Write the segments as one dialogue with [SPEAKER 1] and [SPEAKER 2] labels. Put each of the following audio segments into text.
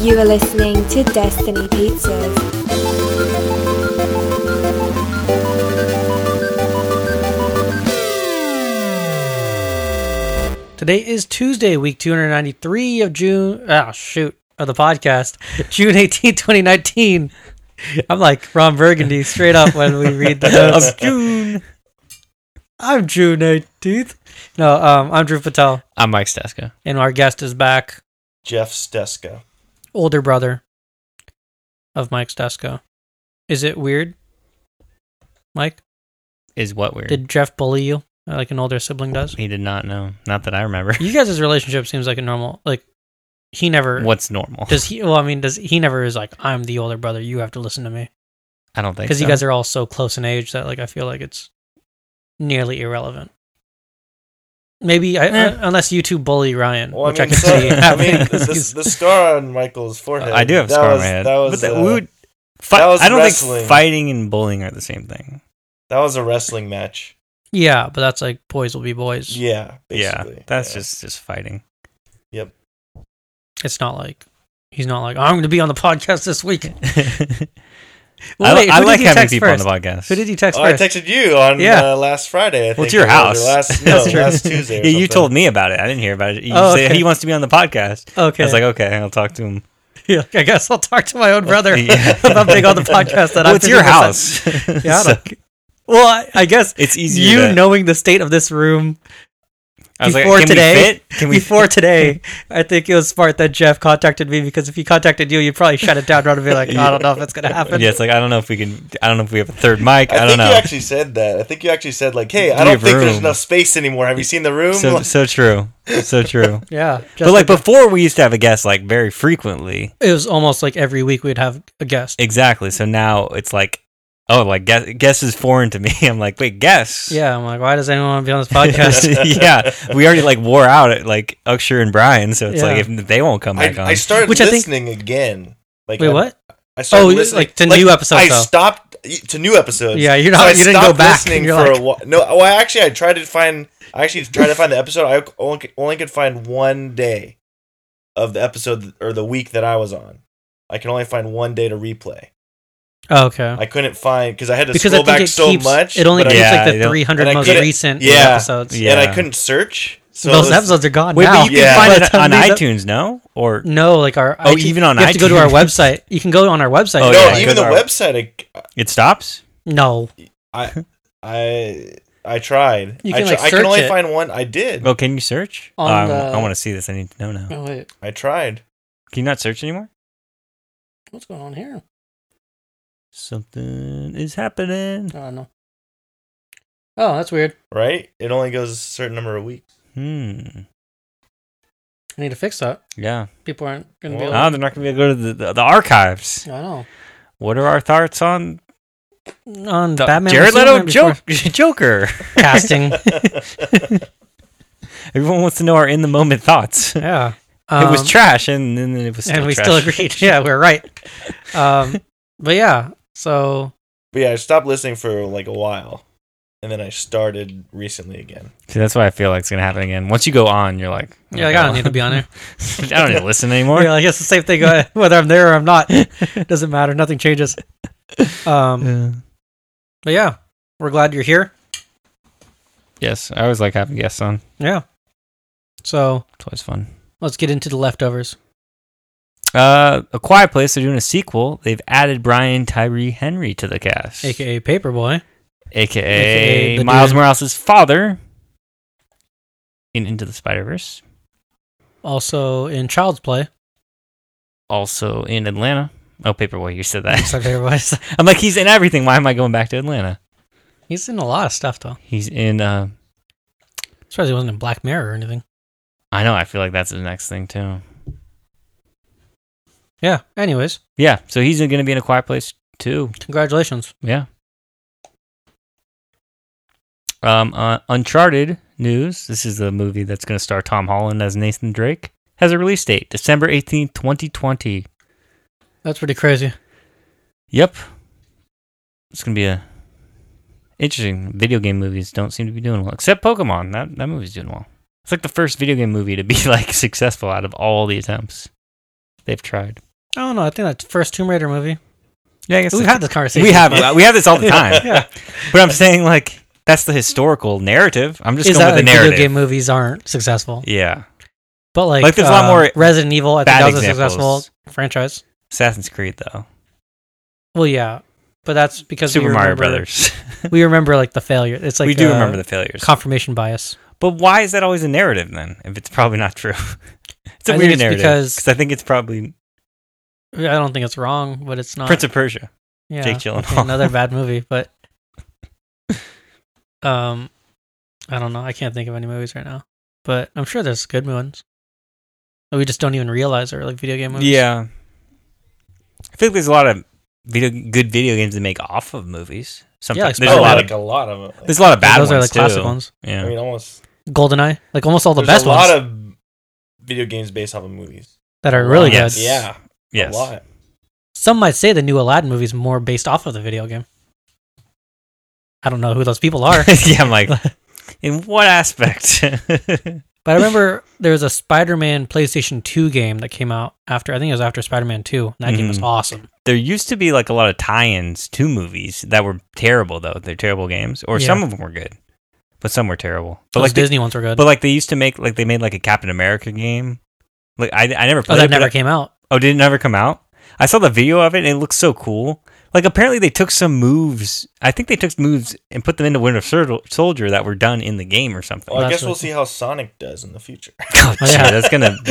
[SPEAKER 1] You are listening to Destiny Pizzas.
[SPEAKER 2] Today is Tuesday, week 293 of June. Oh, shoot. Of the podcast, June 18, 2019. I'm like Ron Burgundy straight up when we read the notes.
[SPEAKER 3] June.
[SPEAKER 2] I'm June 18th. No, um, I'm Drew Patel,
[SPEAKER 3] I'm Mike Staska.
[SPEAKER 2] and our guest is back,
[SPEAKER 4] Jeff Steska.
[SPEAKER 2] older brother of Mike Stasko. Is it weird, Mike?
[SPEAKER 3] Is what weird?
[SPEAKER 2] Did Jeff bully you like an older sibling does?
[SPEAKER 3] he did not know. Not that I remember.
[SPEAKER 2] You guys' relationship seems like a normal, like, he never.
[SPEAKER 3] What's normal?
[SPEAKER 2] Does he? Well, I mean, does he never is like I'm the older brother. You have to listen to me
[SPEAKER 3] I don't think
[SPEAKER 2] because
[SPEAKER 3] so.
[SPEAKER 2] you guys are all so close in age that like I feel like it's nearly irrelevant. Maybe I,
[SPEAKER 3] Eh.
[SPEAKER 2] I- unless you two bully Ryan,
[SPEAKER 4] Well,
[SPEAKER 2] which
[SPEAKER 4] I
[SPEAKER 2] I,
[SPEAKER 4] mean,
[SPEAKER 2] can
[SPEAKER 4] so,
[SPEAKER 2] see
[SPEAKER 4] I
[SPEAKER 2] happening.
[SPEAKER 4] mean,
[SPEAKER 2] 'cause
[SPEAKER 4] the,
[SPEAKER 2] he's-
[SPEAKER 4] the scar on Michael's forehead.
[SPEAKER 3] I do have a
[SPEAKER 4] that
[SPEAKER 3] scar on
[SPEAKER 4] was-
[SPEAKER 3] my head.
[SPEAKER 4] That was,
[SPEAKER 3] but that,
[SPEAKER 4] uh,
[SPEAKER 3] we would, fi-
[SPEAKER 4] that was
[SPEAKER 3] I don't
[SPEAKER 4] wrestling.
[SPEAKER 3] think fighting and bullying are the same thing.
[SPEAKER 4] that was a wrestling match.
[SPEAKER 2] yeah, but that's like boys will be boys.
[SPEAKER 4] Yeah, basically.
[SPEAKER 3] yeah, that's
[SPEAKER 4] Yeah.
[SPEAKER 3] just just fighting.
[SPEAKER 2] It's not like he's not like I'm going to be on the podcast this week.
[SPEAKER 3] I,
[SPEAKER 2] Well, wait,
[SPEAKER 3] I
[SPEAKER 2] who did
[SPEAKER 3] like
[SPEAKER 2] you
[SPEAKER 3] having
[SPEAKER 2] text
[SPEAKER 3] people
[SPEAKER 2] first?
[SPEAKER 3] on the podcast.
[SPEAKER 2] Who did you text
[SPEAKER 4] Oh, I
[SPEAKER 2] first?
[SPEAKER 4] texted you on
[SPEAKER 2] Yeah.
[SPEAKER 4] uh, last Friday. I think,
[SPEAKER 3] well, it's your
[SPEAKER 4] or was it
[SPEAKER 3] house.
[SPEAKER 4] Last, no,
[SPEAKER 3] That's true.
[SPEAKER 4] last Tuesday. or
[SPEAKER 3] Yeah, you
[SPEAKER 4] something.
[SPEAKER 3] told me about it. I didn't hear about it. You
[SPEAKER 2] Oh,
[SPEAKER 3] say
[SPEAKER 2] okay.
[SPEAKER 3] he wants to be on the podcast.
[SPEAKER 2] okay,
[SPEAKER 3] I was like, okay, I'll talk to him.
[SPEAKER 2] Yeah, I guess I'll talk to my own brother
[SPEAKER 3] Yeah.
[SPEAKER 2] about being on the podcast. That
[SPEAKER 3] well,
[SPEAKER 2] I'm
[SPEAKER 3] it's your
[SPEAKER 2] 50%.
[SPEAKER 3] house.
[SPEAKER 2] Yeah, I
[SPEAKER 3] So
[SPEAKER 2] don't- well, I, I guess
[SPEAKER 3] it's easier.
[SPEAKER 2] you
[SPEAKER 3] to-
[SPEAKER 2] knowing the state of this room
[SPEAKER 3] I was like,
[SPEAKER 2] before
[SPEAKER 3] can
[SPEAKER 2] today-
[SPEAKER 3] we fit? Can we
[SPEAKER 2] before today, I think it was smart that Jeff contacted me because if he contacted you, you'd probably shut it down right and be like, I don't know if it's gonna happen.
[SPEAKER 3] Yeah, it's like I don't know if we can. I don't know if we have a third mic.
[SPEAKER 4] I,
[SPEAKER 3] I,
[SPEAKER 4] think
[SPEAKER 3] don't
[SPEAKER 4] you
[SPEAKER 3] know.
[SPEAKER 4] actually said that. I think you actually said like, "Hey,
[SPEAKER 3] We
[SPEAKER 4] I don't
[SPEAKER 3] have
[SPEAKER 4] think there's
[SPEAKER 3] room.
[SPEAKER 4] enough space anymore. Have you seen the room?"
[SPEAKER 3] So so true. So true.
[SPEAKER 2] Yeah,
[SPEAKER 3] but
[SPEAKER 2] just
[SPEAKER 3] like before, we used to have a guest like very frequently.
[SPEAKER 2] it was almost like every week we'd have a guest.
[SPEAKER 3] Exactly. So now it's like, oh, like guess guess is foreign to me. I'm like, wait, guess.
[SPEAKER 2] Yeah, I'm like, why does anyone want to be on this podcast?
[SPEAKER 3] yeah. We already like wore out at like Uksher and Brian, so it's
[SPEAKER 2] Yeah.
[SPEAKER 3] like if they won't come
[SPEAKER 4] I,
[SPEAKER 3] back on.
[SPEAKER 4] I started
[SPEAKER 2] Which I think-
[SPEAKER 4] listening again. Like,
[SPEAKER 2] Wait,
[SPEAKER 4] I-
[SPEAKER 2] what?
[SPEAKER 4] I started
[SPEAKER 2] Oh,
[SPEAKER 4] listening
[SPEAKER 2] like, to new episodes,
[SPEAKER 4] I
[SPEAKER 2] though.
[SPEAKER 4] stopped to new episodes.
[SPEAKER 2] Yeah, you're not-
[SPEAKER 4] So I
[SPEAKER 2] you didn't go
[SPEAKER 4] stopped
[SPEAKER 2] back,
[SPEAKER 4] Listening
[SPEAKER 2] and you're
[SPEAKER 4] for
[SPEAKER 2] like-
[SPEAKER 4] a while. No, well, actually, I tried to find. I actually tried to find the episode. I only, only could find one day of the episode or the week that I was on. I can only find one day to replay.
[SPEAKER 2] Oh, okay,
[SPEAKER 4] I couldn't find because I had to
[SPEAKER 2] because I
[SPEAKER 4] scroll
[SPEAKER 2] think
[SPEAKER 4] back
[SPEAKER 2] it
[SPEAKER 4] so
[SPEAKER 2] keeps
[SPEAKER 4] much.
[SPEAKER 2] it only
[SPEAKER 4] but I-
[SPEAKER 2] keeps
[SPEAKER 3] Yeah,
[SPEAKER 2] like
[SPEAKER 3] I
[SPEAKER 2] the
[SPEAKER 3] don't-
[SPEAKER 2] 300
[SPEAKER 4] and I
[SPEAKER 2] most
[SPEAKER 4] get it.
[SPEAKER 2] recent
[SPEAKER 4] Yeah.
[SPEAKER 2] episodes.
[SPEAKER 3] Yeah.
[SPEAKER 4] and I couldn't search. So
[SPEAKER 2] Those
[SPEAKER 4] this-
[SPEAKER 2] episodes are gone
[SPEAKER 3] wait,
[SPEAKER 2] now.
[SPEAKER 3] but you
[SPEAKER 4] Yeah.
[SPEAKER 3] can find
[SPEAKER 2] By
[SPEAKER 3] it
[SPEAKER 2] the time
[SPEAKER 3] on
[SPEAKER 2] these-
[SPEAKER 3] iTunes, no? Or
[SPEAKER 2] No, like our
[SPEAKER 3] Oh,
[SPEAKER 2] iTunes-
[SPEAKER 3] even on
[SPEAKER 2] you have to go to our
[SPEAKER 3] iTunes?
[SPEAKER 2] website. You can go on our website.
[SPEAKER 3] Oh,
[SPEAKER 2] if you
[SPEAKER 4] no,
[SPEAKER 3] yeah,
[SPEAKER 2] like.
[SPEAKER 4] even the
[SPEAKER 3] good.
[SPEAKER 4] website. I
[SPEAKER 3] it stops?
[SPEAKER 2] no.
[SPEAKER 4] I I, I tried.
[SPEAKER 2] You
[SPEAKER 4] I,
[SPEAKER 2] can, like,
[SPEAKER 4] I
[SPEAKER 2] search
[SPEAKER 4] can only
[SPEAKER 2] it.
[SPEAKER 4] find one. I did.
[SPEAKER 3] Well, Oh, can you search?
[SPEAKER 2] On
[SPEAKER 3] Um,
[SPEAKER 2] the-
[SPEAKER 3] I want to see this. I need to know now.
[SPEAKER 2] Oh, wait,
[SPEAKER 4] I tried.
[SPEAKER 3] Can you not search anymore?
[SPEAKER 2] what's going on here?
[SPEAKER 3] Something is happening.
[SPEAKER 2] I don't know. Oh, that's weird.
[SPEAKER 4] Right? It only goes a certain number of weeks.
[SPEAKER 3] Hmm.
[SPEAKER 2] I need to fix that.
[SPEAKER 3] Yeah.
[SPEAKER 2] People aren't going to
[SPEAKER 4] Well,
[SPEAKER 2] be
[SPEAKER 3] Oh,
[SPEAKER 2] able.
[SPEAKER 3] they're not going to be able to go to the, the, the archives.
[SPEAKER 2] to... I know.
[SPEAKER 3] What are our thoughts on
[SPEAKER 2] On
[SPEAKER 3] the
[SPEAKER 2] Batman
[SPEAKER 3] Jared
[SPEAKER 2] versus
[SPEAKER 3] Leto
[SPEAKER 2] Superman before
[SPEAKER 3] joke, Joker?
[SPEAKER 2] casting.
[SPEAKER 3] Everyone wants to know our in the moment thoughts.
[SPEAKER 2] yeah,
[SPEAKER 3] it was
[SPEAKER 2] Um,
[SPEAKER 3] trash, and then it was still
[SPEAKER 2] and we
[SPEAKER 3] trash.
[SPEAKER 2] still agreed. Yeah, we're right. Um, but yeah, so
[SPEAKER 4] But yeah, I stopped listening for like a while, and then I started recently again.
[SPEAKER 3] See, that's why I feel like it's going to happen again. Once you go on, you're like,
[SPEAKER 2] yeah, like, I don't need to be on there.
[SPEAKER 3] I don't need to listen anymore.
[SPEAKER 2] Yeah, like it's the same thing uh, whether I'm there or I'm not. Doesn't matter. Nothing changes. Um,
[SPEAKER 3] Yeah.
[SPEAKER 2] but yeah, we're glad you're here.
[SPEAKER 3] Yes, I always like having guests on.
[SPEAKER 2] Yeah. So
[SPEAKER 3] It's always fun.
[SPEAKER 2] let's get into the leftovers.
[SPEAKER 3] Uh, a Quiet Place. They're doing a sequel. They've added Brian Tyree Henry to the cast,
[SPEAKER 2] aka Paperboy. AKA
[SPEAKER 3] aka,
[SPEAKER 2] the
[SPEAKER 3] Miles
[SPEAKER 2] dude-
[SPEAKER 3] Morales' father in Into the Spider Verse,
[SPEAKER 2] Also in Child's Play.
[SPEAKER 3] also in Atlanta. Oh, Paperboy, you said
[SPEAKER 2] That's
[SPEAKER 3] that.
[SPEAKER 2] my favorite voice.
[SPEAKER 3] I'm like, he's in everything. Why am I going back to Atlanta?
[SPEAKER 2] He's in a lot of stuff though.
[SPEAKER 3] He's in. uh
[SPEAKER 2] As far as he wasn't in Black Mirror or anything.
[SPEAKER 3] I know. I feel like that's the next thing too.
[SPEAKER 2] Yeah. Anyways,
[SPEAKER 3] Yeah. So he's going to be in a Quiet Place too.
[SPEAKER 2] congratulations.
[SPEAKER 3] Yeah. Um, uh, Uncharted news. This is the movie that's going to star Tom Holland as Nathan Drake. Has a release date December eighteenth, 2020.
[SPEAKER 2] That's pretty crazy.
[SPEAKER 3] Yep. It's going to be a interesting. Video game movies don't seem to be doing well, except Pokemon. That that movie's doing well. It's like the first video game movie to be like successful out of all the attempts they've tried.
[SPEAKER 2] I don't know. I think that's the first Tomb Raider movie.
[SPEAKER 3] Yeah, I guess
[SPEAKER 2] We've
[SPEAKER 3] that's-
[SPEAKER 2] had this conversation.
[SPEAKER 3] we have we have this all the time.
[SPEAKER 2] yeah.
[SPEAKER 3] But I'm saying like that's the historical narrative. I'm just
[SPEAKER 2] Is
[SPEAKER 3] going
[SPEAKER 2] that
[SPEAKER 3] with the
[SPEAKER 2] like video
[SPEAKER 3] narrative.
[SPEAKER 2] game movies aren't successful?
[SPEAKER 3] Yeah,
[SPEAKER 2] But like,
[SPEAKER 3] Like, there's a lot
[SPEAKER 2] uh,
[SPEAKER 3] more
[SPEAKER 2] Resident Evil. I think
[SPEAKER 3] bad
[SPEAKER 2] that was a
[SPEAKER 3] examples.
[SPEAKER 2] successful franchise.
[SPEAKER 3] Assassin's Creed though,
[SPEAKER 2] Well, yeah, but that's because
[SPEAKER 3] Super
[SPEAKER 2] we
[SPEAKER 3] Mario
[SPEAKER 2] remember-
[SPEAKER 3] Brothers.
[SPEAKER 2] We remember like the failure. It's like
[SPEAKER 3] we do
[SPEAKER 2] uh,
[SPEAKER 3] remember the failures.
[SPEAKER 2] confirmation bias.
[SPEAKER 3] but why is that always a narrative then? If it's probably not true, it's a
[SPEAKER 2] I think
[SPEAKER 3] weird
[SPEAKER 2] it's
[SPEAKER 3] narrative
[SPEAKER 2] because-
[SPEAKER 3] I think it's probably
[SPEAKER 2] I don't think it's wrong, but it's not.
[SPEAKER 3] Prince of Persia.
[SPEAKER 2] yeah,
[SPEAKER 3] Jake
[SPEAKER 2] okay,
[SPEAKER 3] Gyllenhaal.
[SPEAKER 2] another bad movie, but um, I don't know. I can't think of any movies right now, but I'm sure there's good ones. that We just don't even realize are like video game movies.
[SPEAKER 3] Yeah, I feel like there's a lot of video good video games that make off of movivies. Sometimes
[SPEAKER 2] like
[SPEAKER 3] there's
[SPEAKER 2] Spider-Man.
[SPEAKER 3] a lot
[SPEAKER 4] Oh, like
[SPEAKER 3] of
[SPEAKER 4] a lot of them.
[SPEAKER 3] there's a lot of bad
[SPEAKER 2] those
[SPEAKER 3] ones
[SPEAKER 2] are like
[SPEAKER 3] too.
[SPEAKER 2] classic ones.
[SPEAKER 3] Yeah,
[SPEAKER 4] I mean, almost
[SPEAKER 2] Goldeneye, like almost all the
[SPEAKER 4] there's
[SPEAKER 2] best
[SPEAKER 4] A
[SPEAKER 2] ones
[SPEAKER 4] lot of video games based off of movies.
[SPEAKER 2] that are really
[SPEAKER 3] Yes.
[SPEAKER 2] good.
[SPEAKER 4] Yeah,
[SPEAKER 3] yes.
[SPEAKER 4] a lot.
[SPEAKER 2] Some might say the new Aladdin movie is more based off of the video game. I don't know who those people are,
[SPEAKER 3] yeah, I'm like, in what aspect?
[SPEAKER 2] but I remember there was a Spider-Man PlayStation 2 game that came out after. I think it was after Spider-Man 2. And that game was
[SPEAKER 3] Mhm.
[SPEAKER 2] awesome.
[SPEAKER 3] there used to be like a lot of tie-ins to movies that were terrible though. They're terrible games, or
[SPEAKER 2] Yeah.
[SPEAKER 3] some of them were good, but some were terrible. But
[SPEAKER 2] those
[SPEAKER 3] like,
[SPEAKER 2] Disney ones were
[SPEAKER 3] they,
[SPEAKER 2] good.
[SPEAKER 3] but like they used to make like they made like a Captain America game. Like I, I never
[SPEAKER 2] oh,
[SPEAKER 3] played.
[SPEAKER 2] that
[SPEAKER 3] it, but
[SPEAKER 2] never
[SPEAKER 3] I-
[SPEAKER 2] came out.
[SPEAKER 3] Oh, did it never come out? I saw the video of it and it looks so cool. Like apparently they took some moves. I think they took moves and put them into Winter Sol- Soldier that were done in the game or something.
[SPEAKER 4] Well, I
[SPEAKER 2] That's
[SPEAKER 4] guess
[SPEAKER 2] what-
[SPEAKER 4] we'll see how Sonic does in the future.
[SPEAKER 3] Oh,
[SPEAKER 2] Oh,
[SPEAKER 3] gee,
[SPEAKER 2] yeah.
[SPEAKER 3] that's gonna.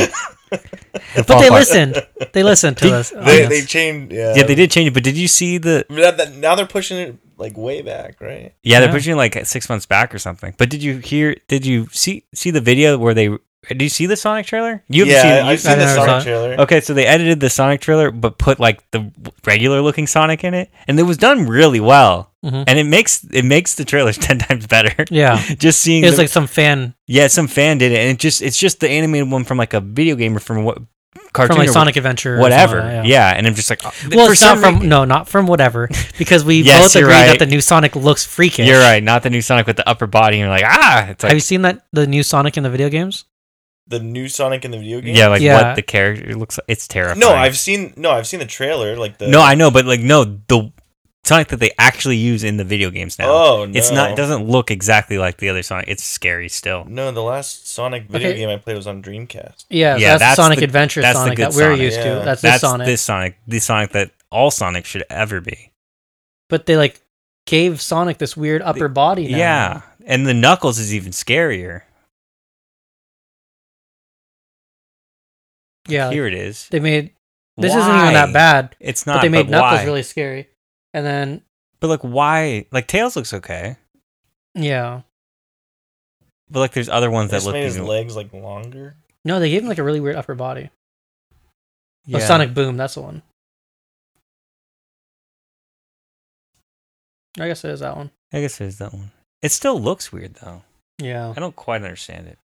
[SPEAKER 2] But
[SPEAKER 3] Oh,
[SPEAKER 2] they listened. They listened to us.
[SPEAKER 4] They,
[SPEAKER 2] audience.
[SPEAKER 4] they changed. Yeah,
[SPEAKER 3] Yeah, they did change it. But did you see the?
[SPEAKER 4] I mean, that- that- now they're pushing it like way back, right?
[SPEAKER 3] Yeah, they're
[SPEAKER 2] Yeah.
[SPEAKER 3] pushing it, like six months back or something. But did you hear? Did you see see the video where they? Did you see the Sonic trailer? You haven't
[SPEAKER 4] yeah,
[SPEAKER 3] seen. you-
[SPEAKER 4] I've seen
[SPEAKER 2] I
[SPEAKER 4] the
[SPEAKER 2] never
[SPEAKER 4] Sonic
[SPEAKER 2] saw it.
[SPEAKER 4] trailer.
[SPEAKER 3] Okay, so they edited the Sonic trailer, but put like the regular looking Sonic in it, and it was done really well.
[SPEAKER 2] Mhm.
[SPEAKER 3] And it makes it makes the trailers ten times better.
[SPEAKER 2] Yeah.
[SPEAKER 3] just seeing.
[SPEAKER 2] It was
[SPEAKER 3] the-
[SPEAKER 2] like some fan
[SPEAKER 3] yeah, some fan did it, and it just it's just the animated one from like a video game or from what cartoon
[SPEAKER 2] from like
[SPEAKER 3] or
[SPEAKER 2] Sonic Adventure, or
[SPEAKER 3] whatever.
[SPEAKER 2] something
[SPEAKER 3] yeah.
[SPEAKER 2] like that,
[SPEAKER 3] and I'm just like, oh,
[SPEAKER 2] Well,
[SPEAKER 3] for
[SPEAKER 2] it's not
[SPEAKER 3] some
[SPEAKER 2] from
[SPEAKER 3] rea-
[SPEAKER 2] no, not from whatever, because we
[SPEAKER 3] Yes,
[SPEAKER 2] both
[SPEAKER 3] you're
[SPEAKER 2] agree
[SPEAKER 3] right.
[SPEAKER 2] that the new Sonic looks freakish.
[SPEAKER 3] You're right, not the new Sonic with the upper body. And you're like, ah, it's like
[SPEAKER 2] Have you seen that the new Sonic in the video games?
[SPEAKER 4] The new Sonic in the video game.
[SPEAKER 3] Yeah, like
[SPEAKER 2] Yeah.
[SPEAKER 3] what the character looks like. It's terrifying.
[SPEAKER 4] No, I've seen no, I've seen the trailer. Like the
[SPEAKER 3] no, I know, but like no, the Sonic that they actually use in the video games now.
[SPEAKER 4] Oh no,
[SPEAKER 3] It's not. It doesn't look exactly like the other Sonic. It's scary still.
[SPEAKER 4] No, the last Sonic video
[SPEAKER 2] Okay.
[SPEAKER 4] game I played was on Dreamcast.
[SPEAKER 2] Yeah,
[SPEAKER 3] Yeah,
[SPEAKER 2] that's,
[SPEAKER 3] that's
[SPEAKER 2] Sonic
[SPEAKER 3] the-
[SPEAKER 2] Adventure
[SPEAKER 3] that's the
[SPEAKER 2] Sonic
[SPEAKER 3] good
[SPEAKER 2] that we're
[SPEAKER 3] Sonic.
[SPEAKER 2] used
[SPEAKER 4] Yeah.
[SPEAKER 2] to. That's,
[SPEAKER 3] That's
[SPEAKER 2] the Sonic.
[SPEAKER 3] this Sonic, the Sonic that all Sonic should ever be.
[SPEAKER 2] But they like gave Sonic this weird upper body. Now.
[SPEAKER 3] Yeah, and the Knuckles is even scarier.
[SPEAKER 2] yeah. like,
[SPEAKER 3] Here it is.
[SPEAKER 2] they made this isn't even
[SPEAKER 3] Why?
[SPEAKER 2] that bad,
[SPEAKER 3] It's not.
[SPEAKER 2] but they made Knuckles
[SPEAKER 3] why?
[SPEAKER 2] really scary. And then
[SPEAKER 3] But like, why? Like Tails looks okay,
[SPEAKER 2] yeah,
[SPEAKER 3] but like, there's other ones
[SPEAKER 4] They
[SPEAKER 3] that
[SPEAKER 4] just
[SPEAKER 3] look.
[SPEAKER 4] made his
[SPEAKER 3] even-
[SPEAKER 4] legs like longer.
[SPEAKER 2] no, they gave him like a really weird upper body.
[SPEAKER 3] yeah.
[SPEAKER 2] Oh, Sonic Boom, that's the one. I guess it is that one.
[SPEAKER 3] I guess there's that one. It still looks weird though.
[SPEAKER 2] Yeah,
[SPEAKER 3] I don't quite understand it.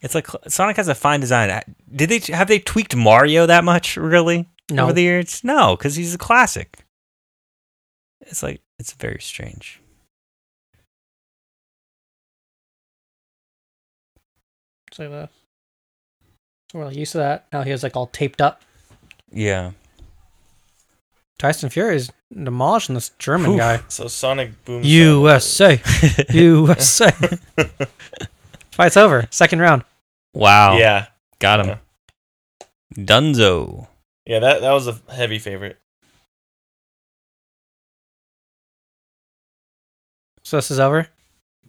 [SPEAKER 3] It's like Sonic has a fine design. Did they have they tweaked Mario that much really
[SPEAKER 2] no,
[SPEAKER 3] over the years? No, because he's a classic. It's like it's very strange.
[SPEAKER 2] it's like that. So we're like used to that. Now he was like all taped up.
[SPEAKER 3] Yeah,
[SPEAKER 2] Tyson Fury is demolishing this German
[SPEAKER 3] Oof.
[SPEAKER 2] guy.
[SPEAKER 4] So Sonic Boom.
[SPEAKER 2] USA, USA. Fight's over. Second round.
[SPEAKER 3] wow.
[SPEAKER 4] Sonic. Yeah,
[SPEAKER 3] got him. Dunzo.
[SPEAKER 4] yeah. That that was a heavy favorite.
[SPEAKER 2] So this is over.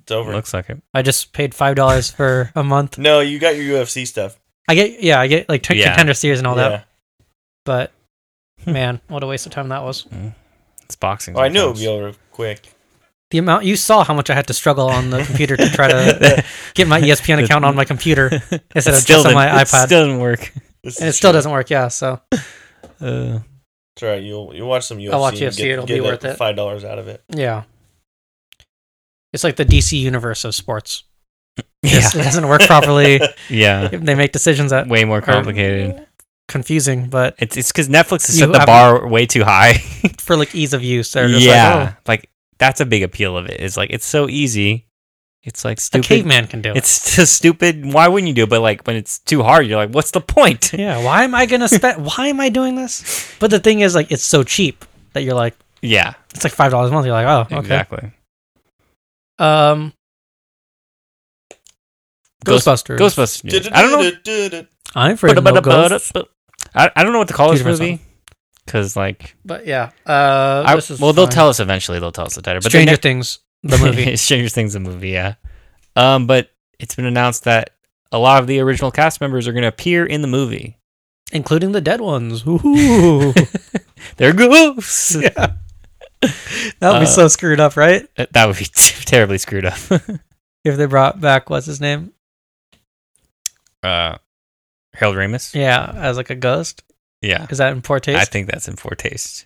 [SPEAKER 4] It's over.
[SPEAKER 3] Looks like it.
[SPEAKER 2] I just paid five dollars for a month.
[SPEAKER 4] No, you got your UFC stuff.
[SPEAKER 2] I get yeah, I get like t-
[SPEAKER 3] Yeah.
[SPEAKER 2] contender series
[SPEAKER 3] Oh,
[SPEAKER 2] and all
[SPEAKER 4] yeah.
[SPEAKER 2] that. But man, what a waste of time that was.
[SPEAKER 3] It's boxing.
[SPEAKER 4] Oh, I knew it would
[SPEAKER 3] sometimes.
[SPEAKER 4] be over quick.
[SPEAKER 2] The amount you saw how much I had to struggle on the computer to try to get my E ESPN account on my computer instead of
[SPEAKER 3] Still
[SPEAKER 2] just on my
[SPEAKER 3] didn't- it
[SPEAKER 2] iPad,
[SPEAKER 3] Still doesn't work.
[SPEAKER 4] This
[SPEAKER 2] and it
[SPEAKER 4] is
[SPEAKER 2] still
[SPEAKER 4] true.
[SPEAKER 2] doesn't work. Yeah, so
[SPEAKER 3] Uh,
[SPEAKER 4] It's all right. You'll you watch some UFC.
[SPEAKER 2] I'll watch
[SPEAKER 4] and
[SPEAKER 2] UFC,
[SPEAKER 4] Get,
[SPEAKER 2] it'll
[SPEAKER 4] get
[SPEAKER 2] be
[SPEAKER 4] that
[SPEAKER 2] worth it.
[SPEAKER 4] Five dollars out of it.
[SPEAKER 2] yeah, it's like the DC universe of sports.
[SPEAKER 3] yeah,
[SPEAKER 2] It's- It doesn't work properly.
[SPEAKER 3] yeah.
[SPEAKER 2] they make decisions that
[SPEAKER 3] Way more complicated.
[SPEAKER 2] confusing, but
[SPEAKER 3] It's it's because Netflix has
[SPEAKER 2] You
[SPEAKER 3] set the
[SPEAKER 2] have-
[SPEAKER 3] bar way too high.
[SPEAKER 2] for like "Oh, ease of use, they're just
[SPEAKER 3] yeah,
[SPEAKER 2] like,
[SPEAKER 3] like, that's a big appeal of it. Is like it's so easy It's like
[SPEAKER 2] A
[SPEAKER 3] stupid.
[SPEAKER 2] caveman can do it.
[SPEAKER 3] It's just stupid. Why wouldn't you do it? But like when it's too hard, you're like, what's the point?
[SPEAKER 2] yeah. Why am I gonna spend? why am I doing this? But the thing is, like, it's so cheap that you're like,
[SPEAKER 3] yeah,
[SPEAKER 2] it's like five dollars a month. You're like, oh, okay.
[SPEAKER 3] exactly.
[SPEAKER 2] Um,
[SPEAKER 3] Ghost-
[SPEAKER 2] Ghostbusters.
[SPEAKER 3] Ghostbusters. I don't know.
[SPEAKER 2] I'm afraid of no ghosts.
[SPEAKER 3] I, I don't know what to call this
[SPEAKER 2] Excuse myself.
[SPEAKER 3] movie because like
[SPEAKER 2] But yeah, uh,
[SPEAKER 3] I,
[SPEAKER 2] this is
[SPEAKER 3] well they'll
[SPEAKER 2] fine.
[SPEAKER 3] tell us eventually they'll tell us the title but
[SPEAKER 2] Stranger
[SPEAKER 3] they
[SPEAKER 2] Things, the movie.
[SPEAKER 3] Stranger Things the movie yeah um but it's been announced that a lot of the original cast members are going to appear in the movie
[SPEAKER 2] including the dead ones. Ooh,
[SPEAKER 3] they're ghosts
[SPEAKER 2] yeah. That would be
[SPEAKER 3] Uh,
[SPEAKER 2] so screwed up, right?
[SPEAKER 3] that that would be terribly screwed up
[SPEAKER 2] If they brought back what's his name?
[SPEAKER 3] uh Harold Ramis
[SPEAKER 2] Yeah, as like a ghost.
[SPEAKER 3] yeah
[SPEAKER 2] Is that in poor taste?
[SPEAKER 3] I think that's in poor taste